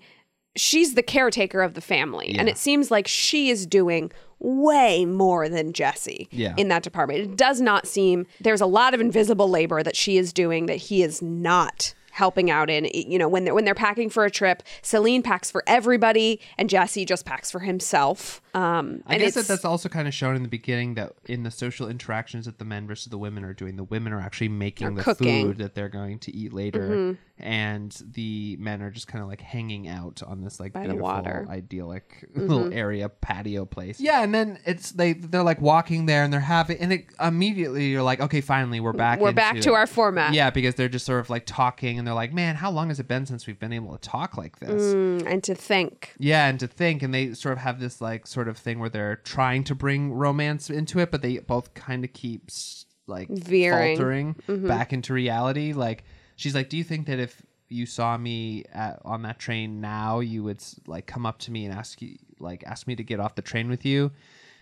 A: She's the caretaker of the family, and
B: Yeah.
A: it seems like she is doing way more than Jesse
B: Yeah.
A: in that department. It does not seem there's a lot of invisible labor that she is doing that he is not helping out in. It- You know, when they're when they're packing for a trip, Celine packs for everybody, and Jesse just packs for himself. Um,
B: I
A: and
B: guess that
A: it's-
B: that's also kind of shown in the beginning that in the social interactions that the men versus the women are doing, the women are actually making the
A: cooking. Mm-hmm.
B: food that they're going to eat later, and the men are just kind of like hanging out on this like
A: the
B: beautiful,
A: water. Mm-hmm.
B: idyllic [LAUGHS] little area patio place. Yeah, and then it's they they're like walking there and they're having, and it immediately you're like, okay, finally we're back.
A: we're back
B: into
A: to
B: it.
A: our format.
B: Yeah, because they're just sort of like talking, and they're like, "Man, how long has it been since we've been able to talk like this?"
A: Mm, and to think.
B: Yeah, and to think, and they sort of have this like sort of thing where they're trying to bring romance into it, but they both kind of keep s- like
A: Veering.
B: faltering back into reality. Like she's like, "Do you think that if you saw me at, on that train now, you would s- like come up to me and ask you like ask me to get off the train with you?"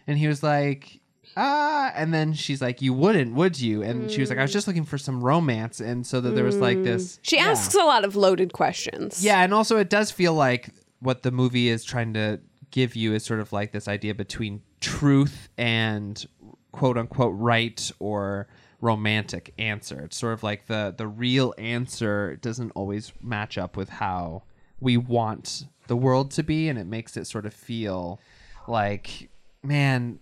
B: And he was like. Ah, and then she's like, "You wouldn't, would you?" And she was like, "I was just looking for some romance," and so that there was like this.
A: She
B: Yeah.
A: asks a lot of loaded questions.
B: Yeah, and also it does feel like what the movie is trying to give you is sort of like this idea between truth and quote unquote right or romantic answer. It's sort of like the the real answer doesn't always match up with how we want the world to be and it makes it sort of feel like man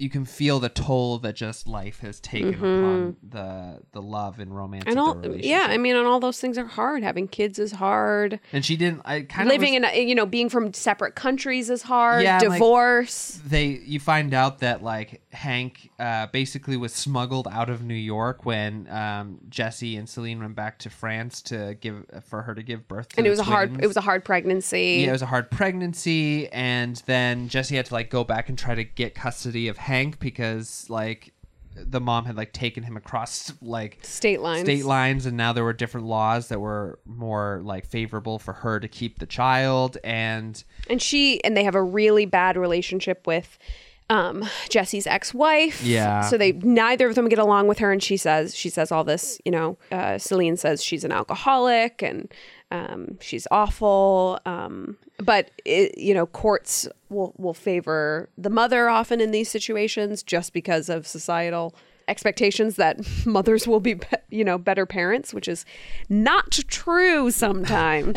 B: you can feel the toll that just life has taken upon the the love and romance
A: Mm-hmm. And
B: of the
A: all,
B: relationship.
A: yeah, I mean, and all those things are hard. Having kids is hard.
B: and she didn't I kind of
A: Living in, a, you know, being from separate countries is hard.
B: Yeah, like-
A: Divorce.
B: they you find out that like Hank uh, basically was smuggled out of New York when um, Jesse and Celine went back to France to give for her to give birth. To
A: and
B: the
A: it was a hard,
B: twins.
A: it was a hard pregnancy.
B: yeah, it was a hard pregnancy, and then Jesse had to like go back and try to get custody of Hank because like the mom had like taken him across like
A: State lines.
B: state lines and now there were different laws that were more like favorable for her to keep the child and
A: And she, and they have a really bad relationship with um, Jesse's ex-wife.
B: Yeah.
A: So they, neither of them get along with her. And she says, she says all this, you know, uh, Celine says she's an alcoholic and um, she's awful. Um, but it, you know, courts will, will favor the mother often in these situations just because of societal expectations that [LAUGHS] mothers will be, be you know better parents which is not true sometimes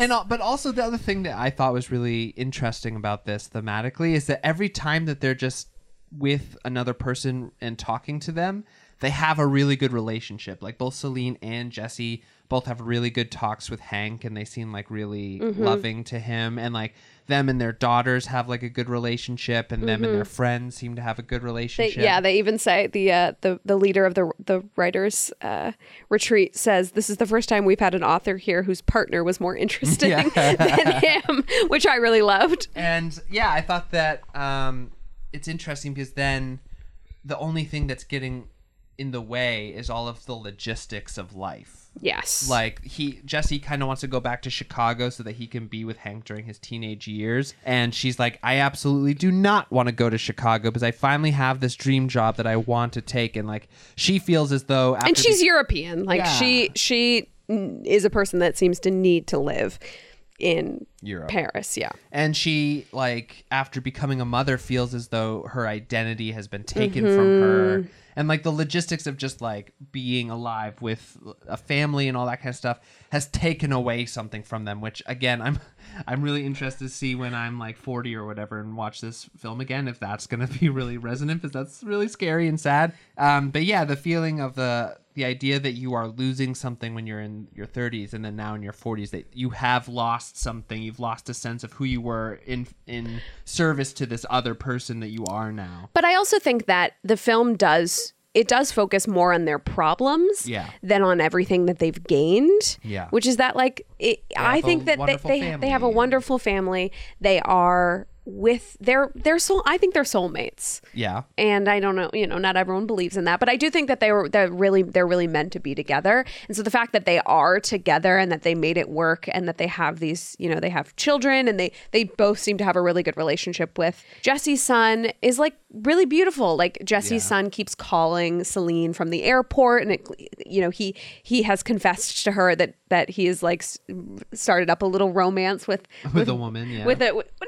B: [LAUGHS] And al- but also the other thing that I thought was really interesting about this thematically is that every time that they're just with another person and talking to them, they have a really good relationship. Like both Celine and Jesse both have really good talks with Hank and they seem like really
A: Mm-hmm.
B: loving to him and like them and their daughters have like a good relationship and them and their friends seem to have a good
A: Mm-hmm. They,
B: relationship.
A: yeah, they even say the uh, the the leader of the the writers uh, retreat says this is the first time we've had an author here whose partner was more interesting
B: Yeah.
A: [LAUGHS] than him, which I really loved.
B: And yeah, I thought that um, it's interesting because then the only thing that's getting in the way is all of the logistics of life.
A: Yes,
B: Like he Jesse kind of wants to go back to Chicago so that he can be with Hank during his teenage years, and she's like, "I absolutely do not want to go to Chicago because I finally have this dream job that I want to take." And like she feels as though after
A: and
B: the-
A: she's European. Like
B: Yeah.
A: she she mm, is a person that seems to need to live in
B: Europe.
A: Paris. Yeah,
B: and she like after becoming a mother feels as though her identity has been taken from her and like the logistics of just like being alive with a family and all that kind of stuff has taken away something from them which again i'm [LAUGHS] i'm really interested to see when i'm like 40 or whatever and watch this film again if that's going to be really resonant because that's really scary and sad um but yeah the feeling of the the idea that you are losing something when you're in your 30s and then now in your 40s that you have lost something you've lost a sense of who you were in in service to this other person that you are now
A: but I also think that the film does. It does focus more on their problems
B: Yeah.
A: than on everything that they've gained.
B: Yeah.
A: Which is that like it, I
B: have a
A: think that they
B: wonderful
A: they, they have a
B: family.
A: wonderful family. They are with their their soul I think they're soulmates.
B: yeah
A: and I don't know, you know, not everyone believes in that, but I do think that they were they're really they're really meant to be together. And so the fact that they are together and that they made it work and that they have these, you know, they have children and they they both seem to have a really good relationship with Jesse's son is like really beautiful. Like Jesse's son keeps calling Celine from the airport and it you know, he he has confessed to her that that he is like s- started up a little
B: [LAUGHS]
A: romance with
B: with, a woman yeah
A: with a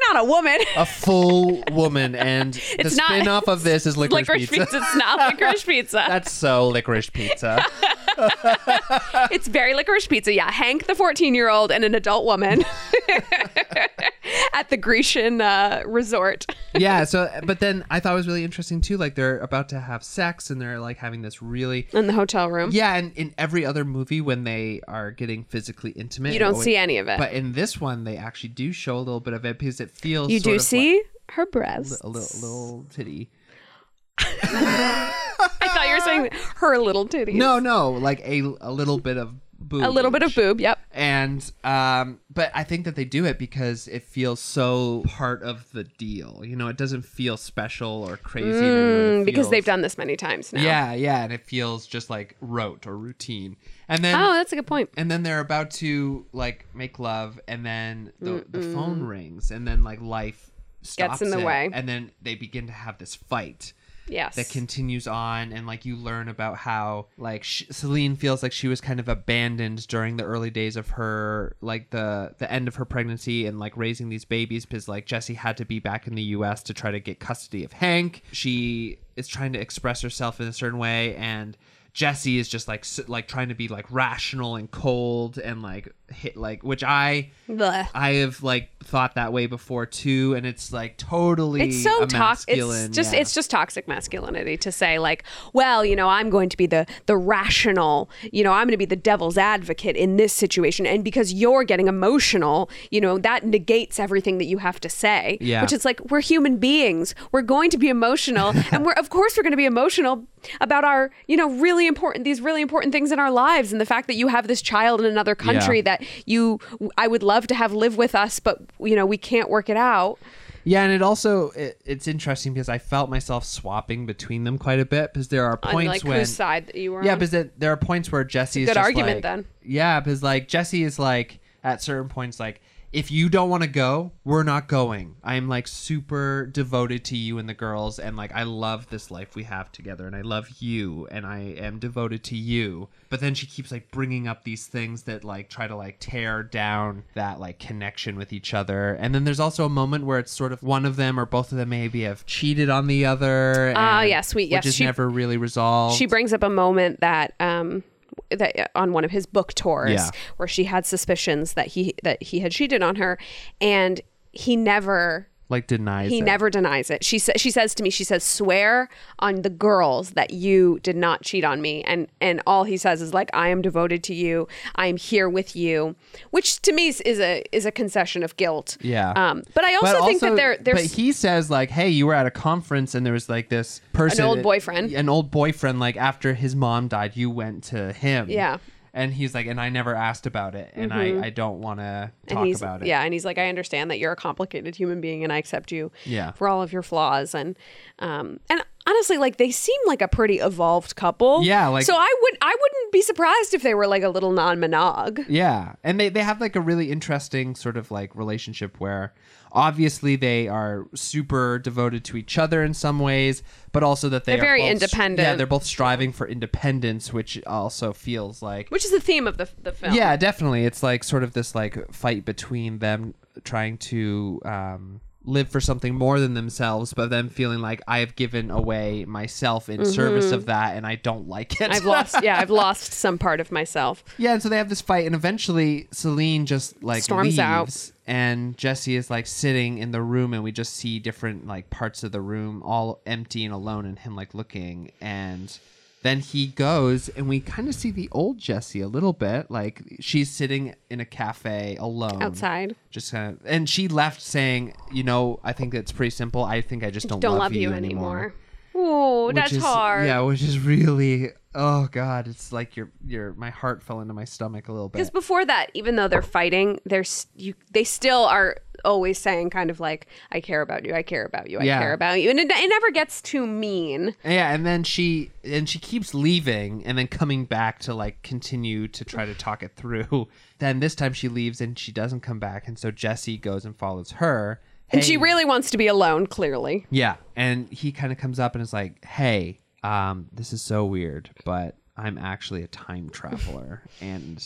A: not a woman. [LAUGHS]
B: a full woman and the
A: It's not-
B: spin-off of this
A: [LAUGHS]
B: is licorice,
A: licorice pizza.
B: pizza,
A: It's not licorice pizza.
B: [LAUGHS] that's so licorice
A: [LAUGHS]
B: pizza
A: It's very licorice pizza. Yeah, Hank, the fourteen-year-old, and an adult woman at the Grecian uh, resort.
B: yeah so but then i thought it was really interesting too like they're about to have sex and they're like having this really
A: In the hotel room,
B: yeah and in every other movie when they are getting physically intimate
A: you
B: it
A: don't
B: always-
A: see any of it.
B: But in this one, they actually do show a little bit of it because it feels
A: you
B: sort
A: do
B: of
A: see her
B: like
A: breasts.
B: a little little titty.
A: I thought you were saying her little titties.
B: Ah. No, no, like a a little bit of boob.
A: a little bit of boob. Yep.
B: And um, but I think that they do it because it feels so part of the deal. You know, it doesn't feel special or crazy anymore. It
A: Mm, Because they've
B: feels-
A: done this many times now.
B: Yeah, yeah, and it feels just like rote or routine. And then
A: Oh, that's a good point.
B: and then they're about to like make love and then the, the phone rings and then like life stops
A: Gets in the
B: it,
A: way.
B: and then they begin to have this fight
A: Yes.
B: that continues on and like you learn about how like sh- Celine feels like she was kind of abandoned during the early days of her like the the end of her pregnancy and like raising these babies because like Jesse had to be back in the US to try to get custody of Hank she is trying to express herself in a certain way and Jesse is just like s- like trying to be like rational and cold and like hit like which I
A: Blech.
B: I have like thought that way before too and it's like totally
A: It's so
B: a
A: toxic. It's
B: masculine-
A: just
B: yeah.
A: it's just toxic masculinity to say like, well, you know, I'm going to be the the rational, you know, I'm going to be the devil's advocate in this situation, and because you're getting emotional, you know, that negates everything that you have to say.
B: Yeah.
A: Which is like we're human beings. We're going to
B: [LAUGHS]
A: be emotional, and we're of course we're going to be emotional about our you know really important these really important things in our lives, and the fact that you have this child in another country
B: Yeah.
A: that you I would love to have live with us, but you know we can't work it out.
B: Yeah, and it also it, it's interesting because I felt myself swapping between them quite a bit because there are
A: on,
B: points
A: like
B: when
A: whose side that you were
B: yeah,
A: on.
B: because it- there are points where Jesse is
A: good
B: just
A: argument,
B: like-
A: then.
B: Yeah, because like Jesse is like at certain points like if you don't want to go, we're not going. I'm like super devoted to you and the girls, and like I love this life we have together, and I love you, and I am devoted to you. But then she keeps like bringing up these things that like try to like tear down that like connection with each other. And then there's also a moment where it's sort of one of them or both of them maybe have cheated on the other.
A: Ah,
B: and-
A: yeah, sweet,
B: Which
A: yes,
B: is
A: she-
B: never really resolved.
A: she brings up a moment that um that on one of his book tours
B: Yeah.
A: where she had suspicions that he that he had cheated on her and he never
B: like denies
A: He
B: it.
A: never denies it. She sa- she says to me, she says, "Swear on the girls that you did not cheat on me." And and all he says is like, "I am devoted to you. I am here with you," which to me is, is a is a concession of guilt.
B: Yeah.
A: Um. But I also think that there there's
B: But he says like, "Hey, you were at a conference and there was like this person,
A: old boyfriend.
B: an old boyfriend. Like after his mom died, you went to him.
A: Yeah. Mm-hmm.
B: And he's like, and I never asked about it, and I, I don't want to
A: and
B: talk
A: he's
B: about it.
A: yeah, and he's like, I understand that you're a complicated human being, and I accept you
B: Yeah.
A: for all of your flaws. And um and honestly, like they seem like a pretty evolved couple.
B: Yeah, like-
A: so I would I wouldn't be surprised if they were like a little non monog.
B: Yeah. And they, they have like a really interesting sort of like relationship where obviously they are super devoted to each other in some ways, but also that they
A: They're
B: are
A: very
B: both-
A: independent.
B: Yeah, they're both striving for independence, which also feels like
A: Which is the theme of the, the film.
B: Yeah, definitely. It's like sort of this like fight between them trying to um, live for something more than themselves, but them feeling like I have given away myself in service of that, and I don't like it.
A: I've lost yeah, I've lost some part of myself.
B: Yeah, and so they have this fight, and eventually Celine just like
A: Storms
B: leaves,
A: out.
B: and Jesse is like sitting in the room, and we just see different like parts of the room all empty and alone, and him like looking, and then he goes, and we kind of see the old Jesse a little bit, like she's sitting in a cafe alone
A: Outside.
B: just kind of, and she left saying, you know, I think it's pretty simple. I think I just don't,
A: Don't love, you anymore. Ooh,
B: which
A: that's
B: is-
A: hard.
B: Yeah, which is really oh god, it's like your your my heart fell into my stomach a little bit.
A: Because before that, even though they're fighting, they're s- you, they still are always saying kind of like, "I care about you, I care about you, I
B: Yeah.
A: care about you," and it, it never gets too mean.
B: Yeah, and then she and she keeps leaving and then coming back to like continue to try to talk it through. [LAUGHS] Then this time she leaves and she doesn't come back, and so Jesse goes and follows her.
A: And she
B: Hey-
A: really wants to be alone, clearly.
B: yeah, and he kind of comes up and is like, "Hey, um, this is so weird, but I'm actually a time traveler, and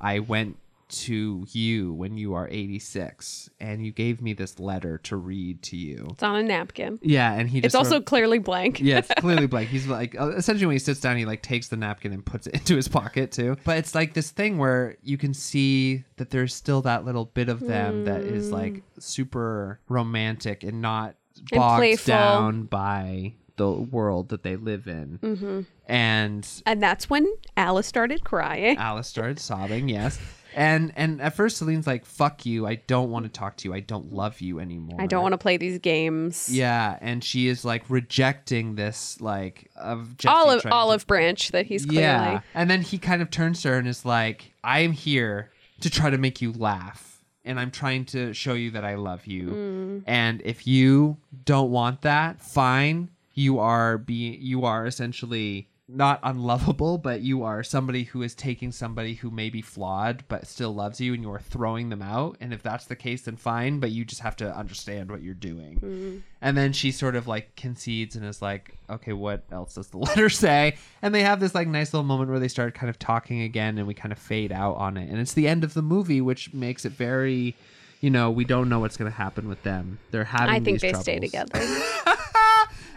B: I went." to you when you are 86 and you gave me this letter to read to you
A: It's on a napkin.
B: yeah and he just
A: It's also
B: sort of-
A: clearly blank.
B: yeah,
A: [LAUGHS]
B: it's clearly blank. He's like uh, essentially when he sits down, he like takes the napkin and puts it [LAUGHS] into his pocket too. But it's like this thing where you can see that there's still that little bit of them that is like super romantic and not
A: Hmm. And
B: bogged
A: playful.
B: down by the world that they live in. Mm-hmm. And
A: And that's when Alice started crying.
B: Alice started sobbing. Yes. And and at first Celine's like, "Fuck you! I don't want to talk to you. I don't love you anymore.
A: I don't want to play these games.
B: Yeah, and she is like rejecting this, like of Jesse
A: Olive
B: trying to-
A: Olive Branch that he's clearly.
B: [LAUGHS] and then he kind of turns to her and is like, "I am here to try to make you laugh, and I'm trying to show you that I love you.
A: Mm.
B: And if you don't want that, fine. You are being, you are essentially." Not unlovable, but you are somebody who is taking somebody who may be flawed but still loves you and you are throwing them out. And if that's the case, then fine, but you just have to understand what you're doing.
A: Mm-hmm.
B: And then she sort of like concedes and is like, okay, what else does the [LAUGHS] letter say? And they have this like nice little moment where they start kind of talking again and we kind of fade out on it. And it's the end of the movie, which makes it very, you know, we don't know what's going to happen with them. They're having
A: I think
B: these
A: they stay
B: troubles.
A: together.
B: [LAUGHS]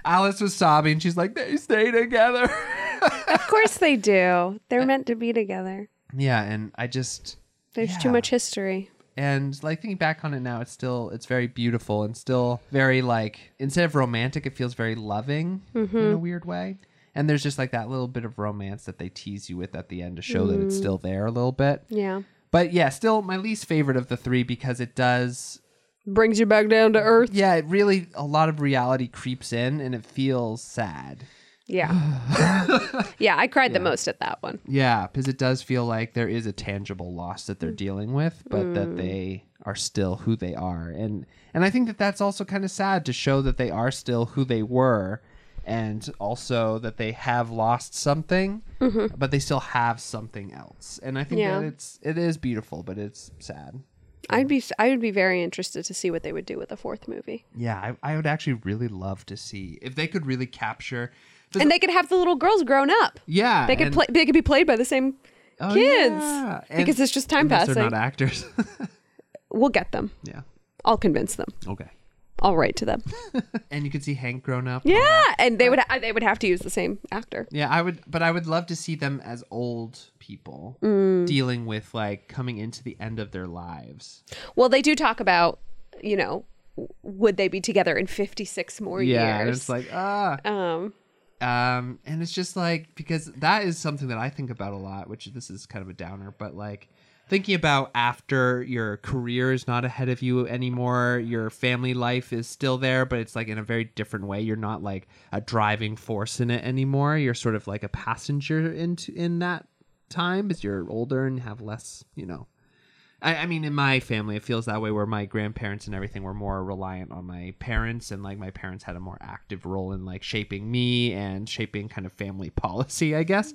B: Alice was sobbing. She's like, they stay together. [LAUGHS]
A: of course they do. They're meant to be together.
B: yeah. And I just,
A: There's
B: Yeah.
A: too much history.
B: and like thinking back on it now it's still it's very beautiful and still very like instead of romantic it feels very loving in a weird way and there's just like that little bit of romance that they tease you with at the end to show that it's still there a little bit
A: Yeah.
B: but yeah still my least favorite of the three because it does
A: Brings you back down to earth.
B: yeah it really a lot of reality creeps in and it feels sad
A: Yeah.
B: [SIGHS]
A: yeah, I cried the most at that one.
B: yeah because it does feel like there is a tangible loss that they're dealing with but
A: Mm.
B: that they are still who they are and and i think that that's also kind of sad to show that they are still who they were and also that they have lost something but they still have something else and i think
A: Mm-hmm. Yeah.
B: that it's it is beautiful but it's sad
A: I'd be I would be very interested to see what they would do with a fourth movie.
B: yeah i, I would actually really love to see if they could really capture
A: And they could have the little girls grown up.
B: yeah
A: They could
B: and-
A: play they could be played by the same
B: oh,
A: kids.
B: yeah.
A: Because it's just time
B: unless they're
A: passing.
B: not actors [LAUGHS]
A: We'll get them.
B: yeah
A: I'll convince them.
B: okay
A: I'll write to them.
B: and you could see hank grown up
A: Yeah, and they would ha- they would have to use the same actor.
B: Yeah, I would, but I would love to see them as old people dealing with like coming into the end of their lives.
A: Well, they do talk about, you know, would they be together in 56 more
B: yeah,
A: years?
B: and it's like ah,
A: um,
B: um, and it's just like because that is something that I think about a lot. Which this is kind of a downer, but like thinking about after your career is not ahead of you anymore, your family life is still there, but it's like in a very different way. You're not like a driving force in it anymore. You're sort of like a passenger into in that time as you're older and have less, you know, I, I mean, in my family, it feels that way where my grandparents and everything were more reliant on my parents, and like my parents had a more active role in like shaping me and shaping kind of family [LAUGHS] policy, I guess.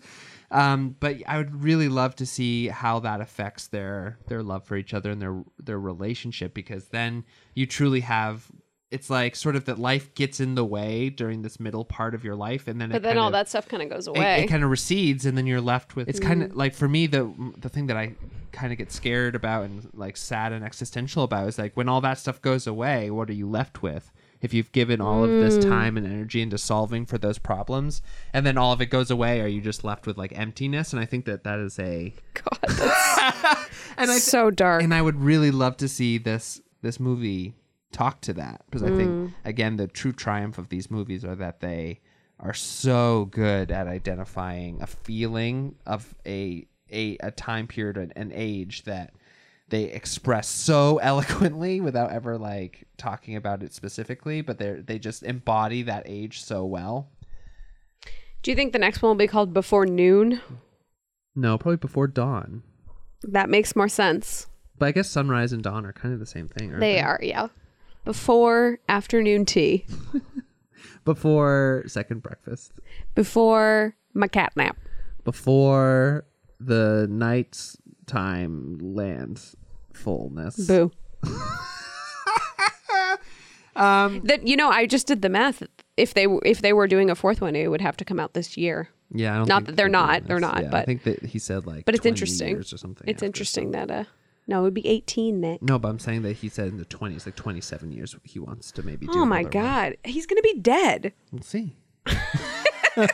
B: Um, but I would really love to see how that affects their their love for each other and their their relationship because then you truly have. It's like sort of that life gets in the way during this middle part of your life, and then it
A: but then
B: kind
A: all
B: of-
A: that stuff kind of goes
B: it-
A: away.
B: It, kind of recedes, and then you're left with. Mm. It's kind of like for me the the thing that I kind of get scared about and like sad and existential about is like when all that stuff goes away, what are you left with? If you've given all of this time and energy into solving for those problems, and then all of it goes away, are you just left with like emptiness? And I think that that is a
A: God, that's
B: and I
A: so dark.
B: and I would really love to see this this movie talk to that because I think again the true triumph of these movies are that they are so good at identifying a feeling of a a, a time period and an age that they express so [LAUGHS] eloquently without ever like talking about it specifically but they they just embody that age so well
A: Do you think the next one will be called Before Noon?
B: no probably before dawn
A: That makes more sense.
B: but i guess sunrise and dawn are kind of the same thing aren't
A: They are, yeah. Before afternoon tea,
B: before second breakfast
A: before my cat nap.
B: before the night's time lands fullness.
A: Boo.
B: [LAUGHS] Um,
A: that you know, I just did the math. If they w- if they were doing a fourth one, it would have to come out this year.
B: Yeah, I don't
A: Not
B: think
A: that they're
B: doing
A: not, they're
B: this.
A: not,
B: Yeah, I
A: but-
B: think that he said like.
A: But it's
B: 20
A: interesting.
B: years or something.
A: It's
B: after.
A: interesting that uh no, it would be eighteen Nick.
B: No, but I'm saying that he said in the 20s, like 27 years, he wants to maybe. do
A: Oh my
B: another one.
A: god, he's gonna be dead.
B: We'll see.
A: Richard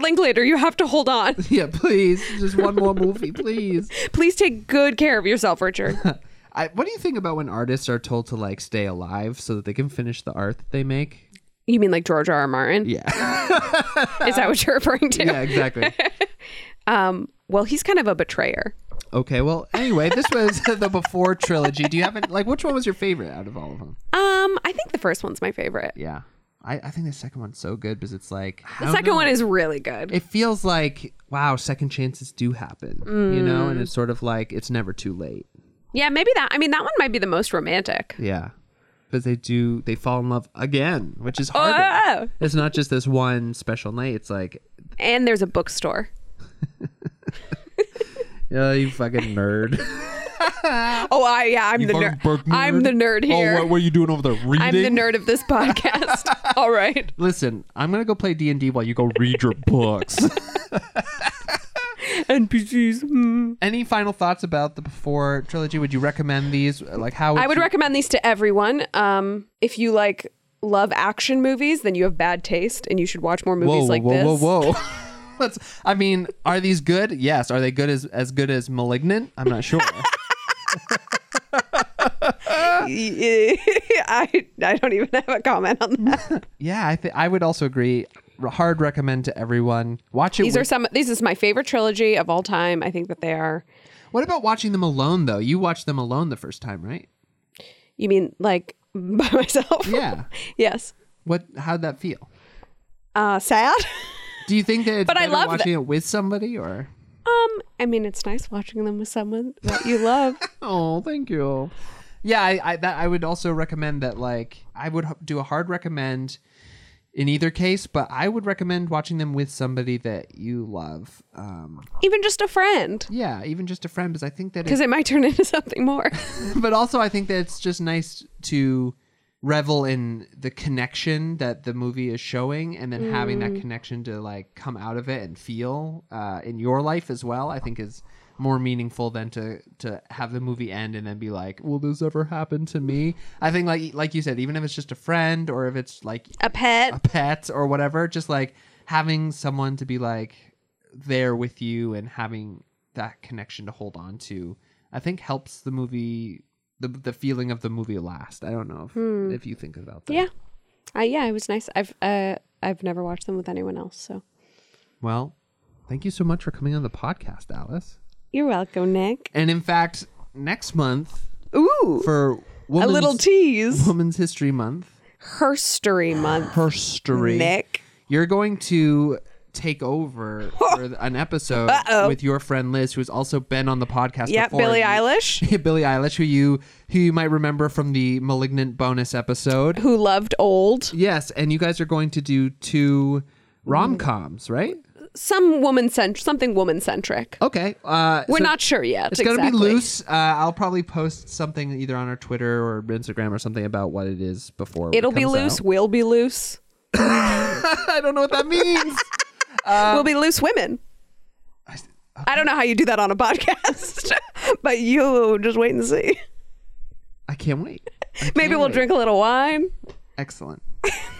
A: Linklater, you have to hold on.
B: [LAUGHS]
A: [LAUGHS]
B: Yeah, please, just one more [LAUGHS] movie, please.
A: Please take good care of
B: [LAUGHS]
A: yourself, Richard.
B: I, what do you think about when artists are told to like stay alive so that they can finish the art that they make?
A: you mean like George R. R. Martin?
B: Yeah,
A: Is that what you're referring
B: [LAUGHS]
A: to?
B: yeah, [LAUGHS] exactly.
A: Um, well, he's kind of a betrayer.
B: Okay, well, anyway, this was [LAUGHS] the before trilogy. Do you have any, like which one was your favorite out of all of them?
A: Um, I think the first one's my favorite.
B: Yeah. I, I think the second one's so good because it's like I
A: The
B: don't
A: second
B: know.
A: one is really good.
B: it feels like wow, second chances do happen. You know, and
A: Mm.
B: it's sort of like it's never too late.
A: yeah, maybe that. I mean, that one might be the most romantic.
B: Yeah. But they do they fall in love again, which is harder.
A: Oh!
B: It's not just this one special night. It's like
A: And there's a bookstore.
B: oh, you fucking nerd.
A: Oh, I yeah, I'm [LAUGHS] the
B: fucking Oh, book
A: nerd. I'm the nerd here.
B: were you doing over there reading?
A: I'm the nerd of this [LAUGHS] podcast. All right.
B: Listen, I'm gonna go play D and D while you go read your
A: [LAUGHS]
B: books.
A: NPCs. hmm.
B: Any final thoughts about the before trilogy? Would you recommend these? Like how?
A: I would
B: you-
A: recommend these to everyone. Um, if you like love action movies, then you have bad taste, and you should watch more movies
B: whoa,
A: like
B: whoa,
A: this.
B: Whoa, whoa, whoa. [LAUGHS] Let's. I mean, are these good? Yes. Are they good as as good as *Malignant*? I'm not
A: [LAUGHS]
B: sure.
A: [LAUGHS] I I don't even have a comment on that.
B: yeah, I think I would also agree. R- Hard recommend to everyone. Watch it.
A: These are
B: with-
A: some. These is my favorite trilogy of all time. I think that they are.
B: what about watching them alone though? You watched them alone the first time, right?
A: You mean like [LAUGHS] by myself?
B: Yeah.
A: yes.
B: What? How'd that feel?
A: Uh, sad.
B: Do you think that it's
A: But I
B: better
A: love
B: watching it with somebody or?
A: Um, I mean, it's nice watching them with someone that you love. [LAUGHS]
B: Oh, thank you. Yeah, I, I that I would also recommend that. Like, I would h- do a hard recommend in either case, but I would recommend watching them with somebody that you love. Um,
A: Even just a friend,
B: yeah, even just a friend, because I think that.
A: because
B: It,
A: it might turn [LAUGHS] into something more.
B: but also, I think that it's just nice to revel in the connection that the movie is showing, and then having that connection to like come out of it and feel uh, in your life as well. I think is more meaningful than to to have the movie end and then be like, "Will this ever happen to me?" I think like like you said, even if it's just a friend or if it's like
A: A pet.
B: a pet or whatever, just like having someone to be like there with you and having that connection to hold on to, I think helps the movie the the feeling of the movie last. I don't know if, if you think about that.
A: Hmm. Yeah. Uh, yeah, it was nice. I've uh, I've never watched them with anyone else, so
B: Well, thank you so much for coming on the podcast, Alice.
A: you're welcome, Nick.
B: And in fact, next month
A: Ooh,
B: for
A: a
B: woman's,
A: little
B: [LAUGHS]
A: tease.
B: Women's History Month,
A: Herstory month,
B: Herstory,
A: Nick.
B: you're going to take over for an episode
A: Uh-oh.
B: with your friend Liz, who's also been on the podcast.
A: Yeah,
B: before.
A: Billie
B: You- [LAUGHS]
A: Eilish,
B: Billie Eilish, who you who you might remember from the Malignant bonus episode.
A: who loved old.
B: Yes, and you guys are going to do two rom coms, right?
A: Some woman centric, something woman centric.
B: Okay, uh,
A: We're
B: so
A: not sure yet.
B: It's gonna be
A: exactly.
B: loose. Uh, I'll probably post something either on our Twitter or Instagram or something about what it is before.
A: It'll
B: it
A: be
B: comes
A: loose.
B: out.
A: We'll be loose.
B: [LAUGHS] I don't know what that means.
A: [LAUGHS] we'll be loose women. I don't know how you do that on a podcast, [LAUGHS] but you just wait and see.
B: I can't wait.
A: Maybe we'll
B: wait.
A: drink a little wine.
B: Excellent.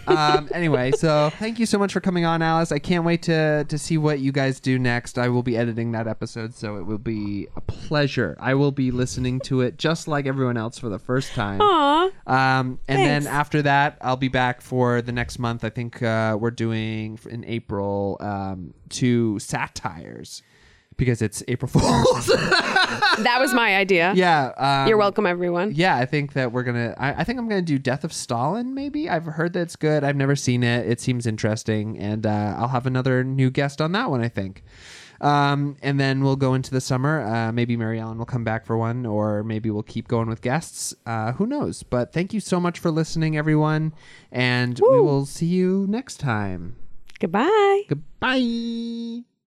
B: um, [LAUGHS] anyway, so thank you so much for coming on, Alice. I can't wait to to see what you guys do next. I will be editing that episode, so it will be a pleasure. I will be listening to it just like everyone else for the first time.
A: Aw.
B: Um, and
A: Thanks.
B: then after that, I'll be back for the next month. I think uh, we're doing f- in April um, two satires because it's April [LAUGHS]
A: [LAUGHS]
B: Fools.
A: That was my idea.
B: yeah, um,
A: You're welcome, everyone.
B: Yeah, I think that we're gonna. I, I think I'm gonna do Death of Stalin. Maybe I've heard that's good. I've never seen it. It seems interesting, and uh, I'll have another new guest on that one. I think. Um, and then we'll go into the summer. Uh, maybe Mary Ellen will come back for one, or maybe we'll keep going with guests. Uh, who knows? But thank you so much for listening, everyone, and we will see you next time.
A: Goodbye.
B: Goodbye.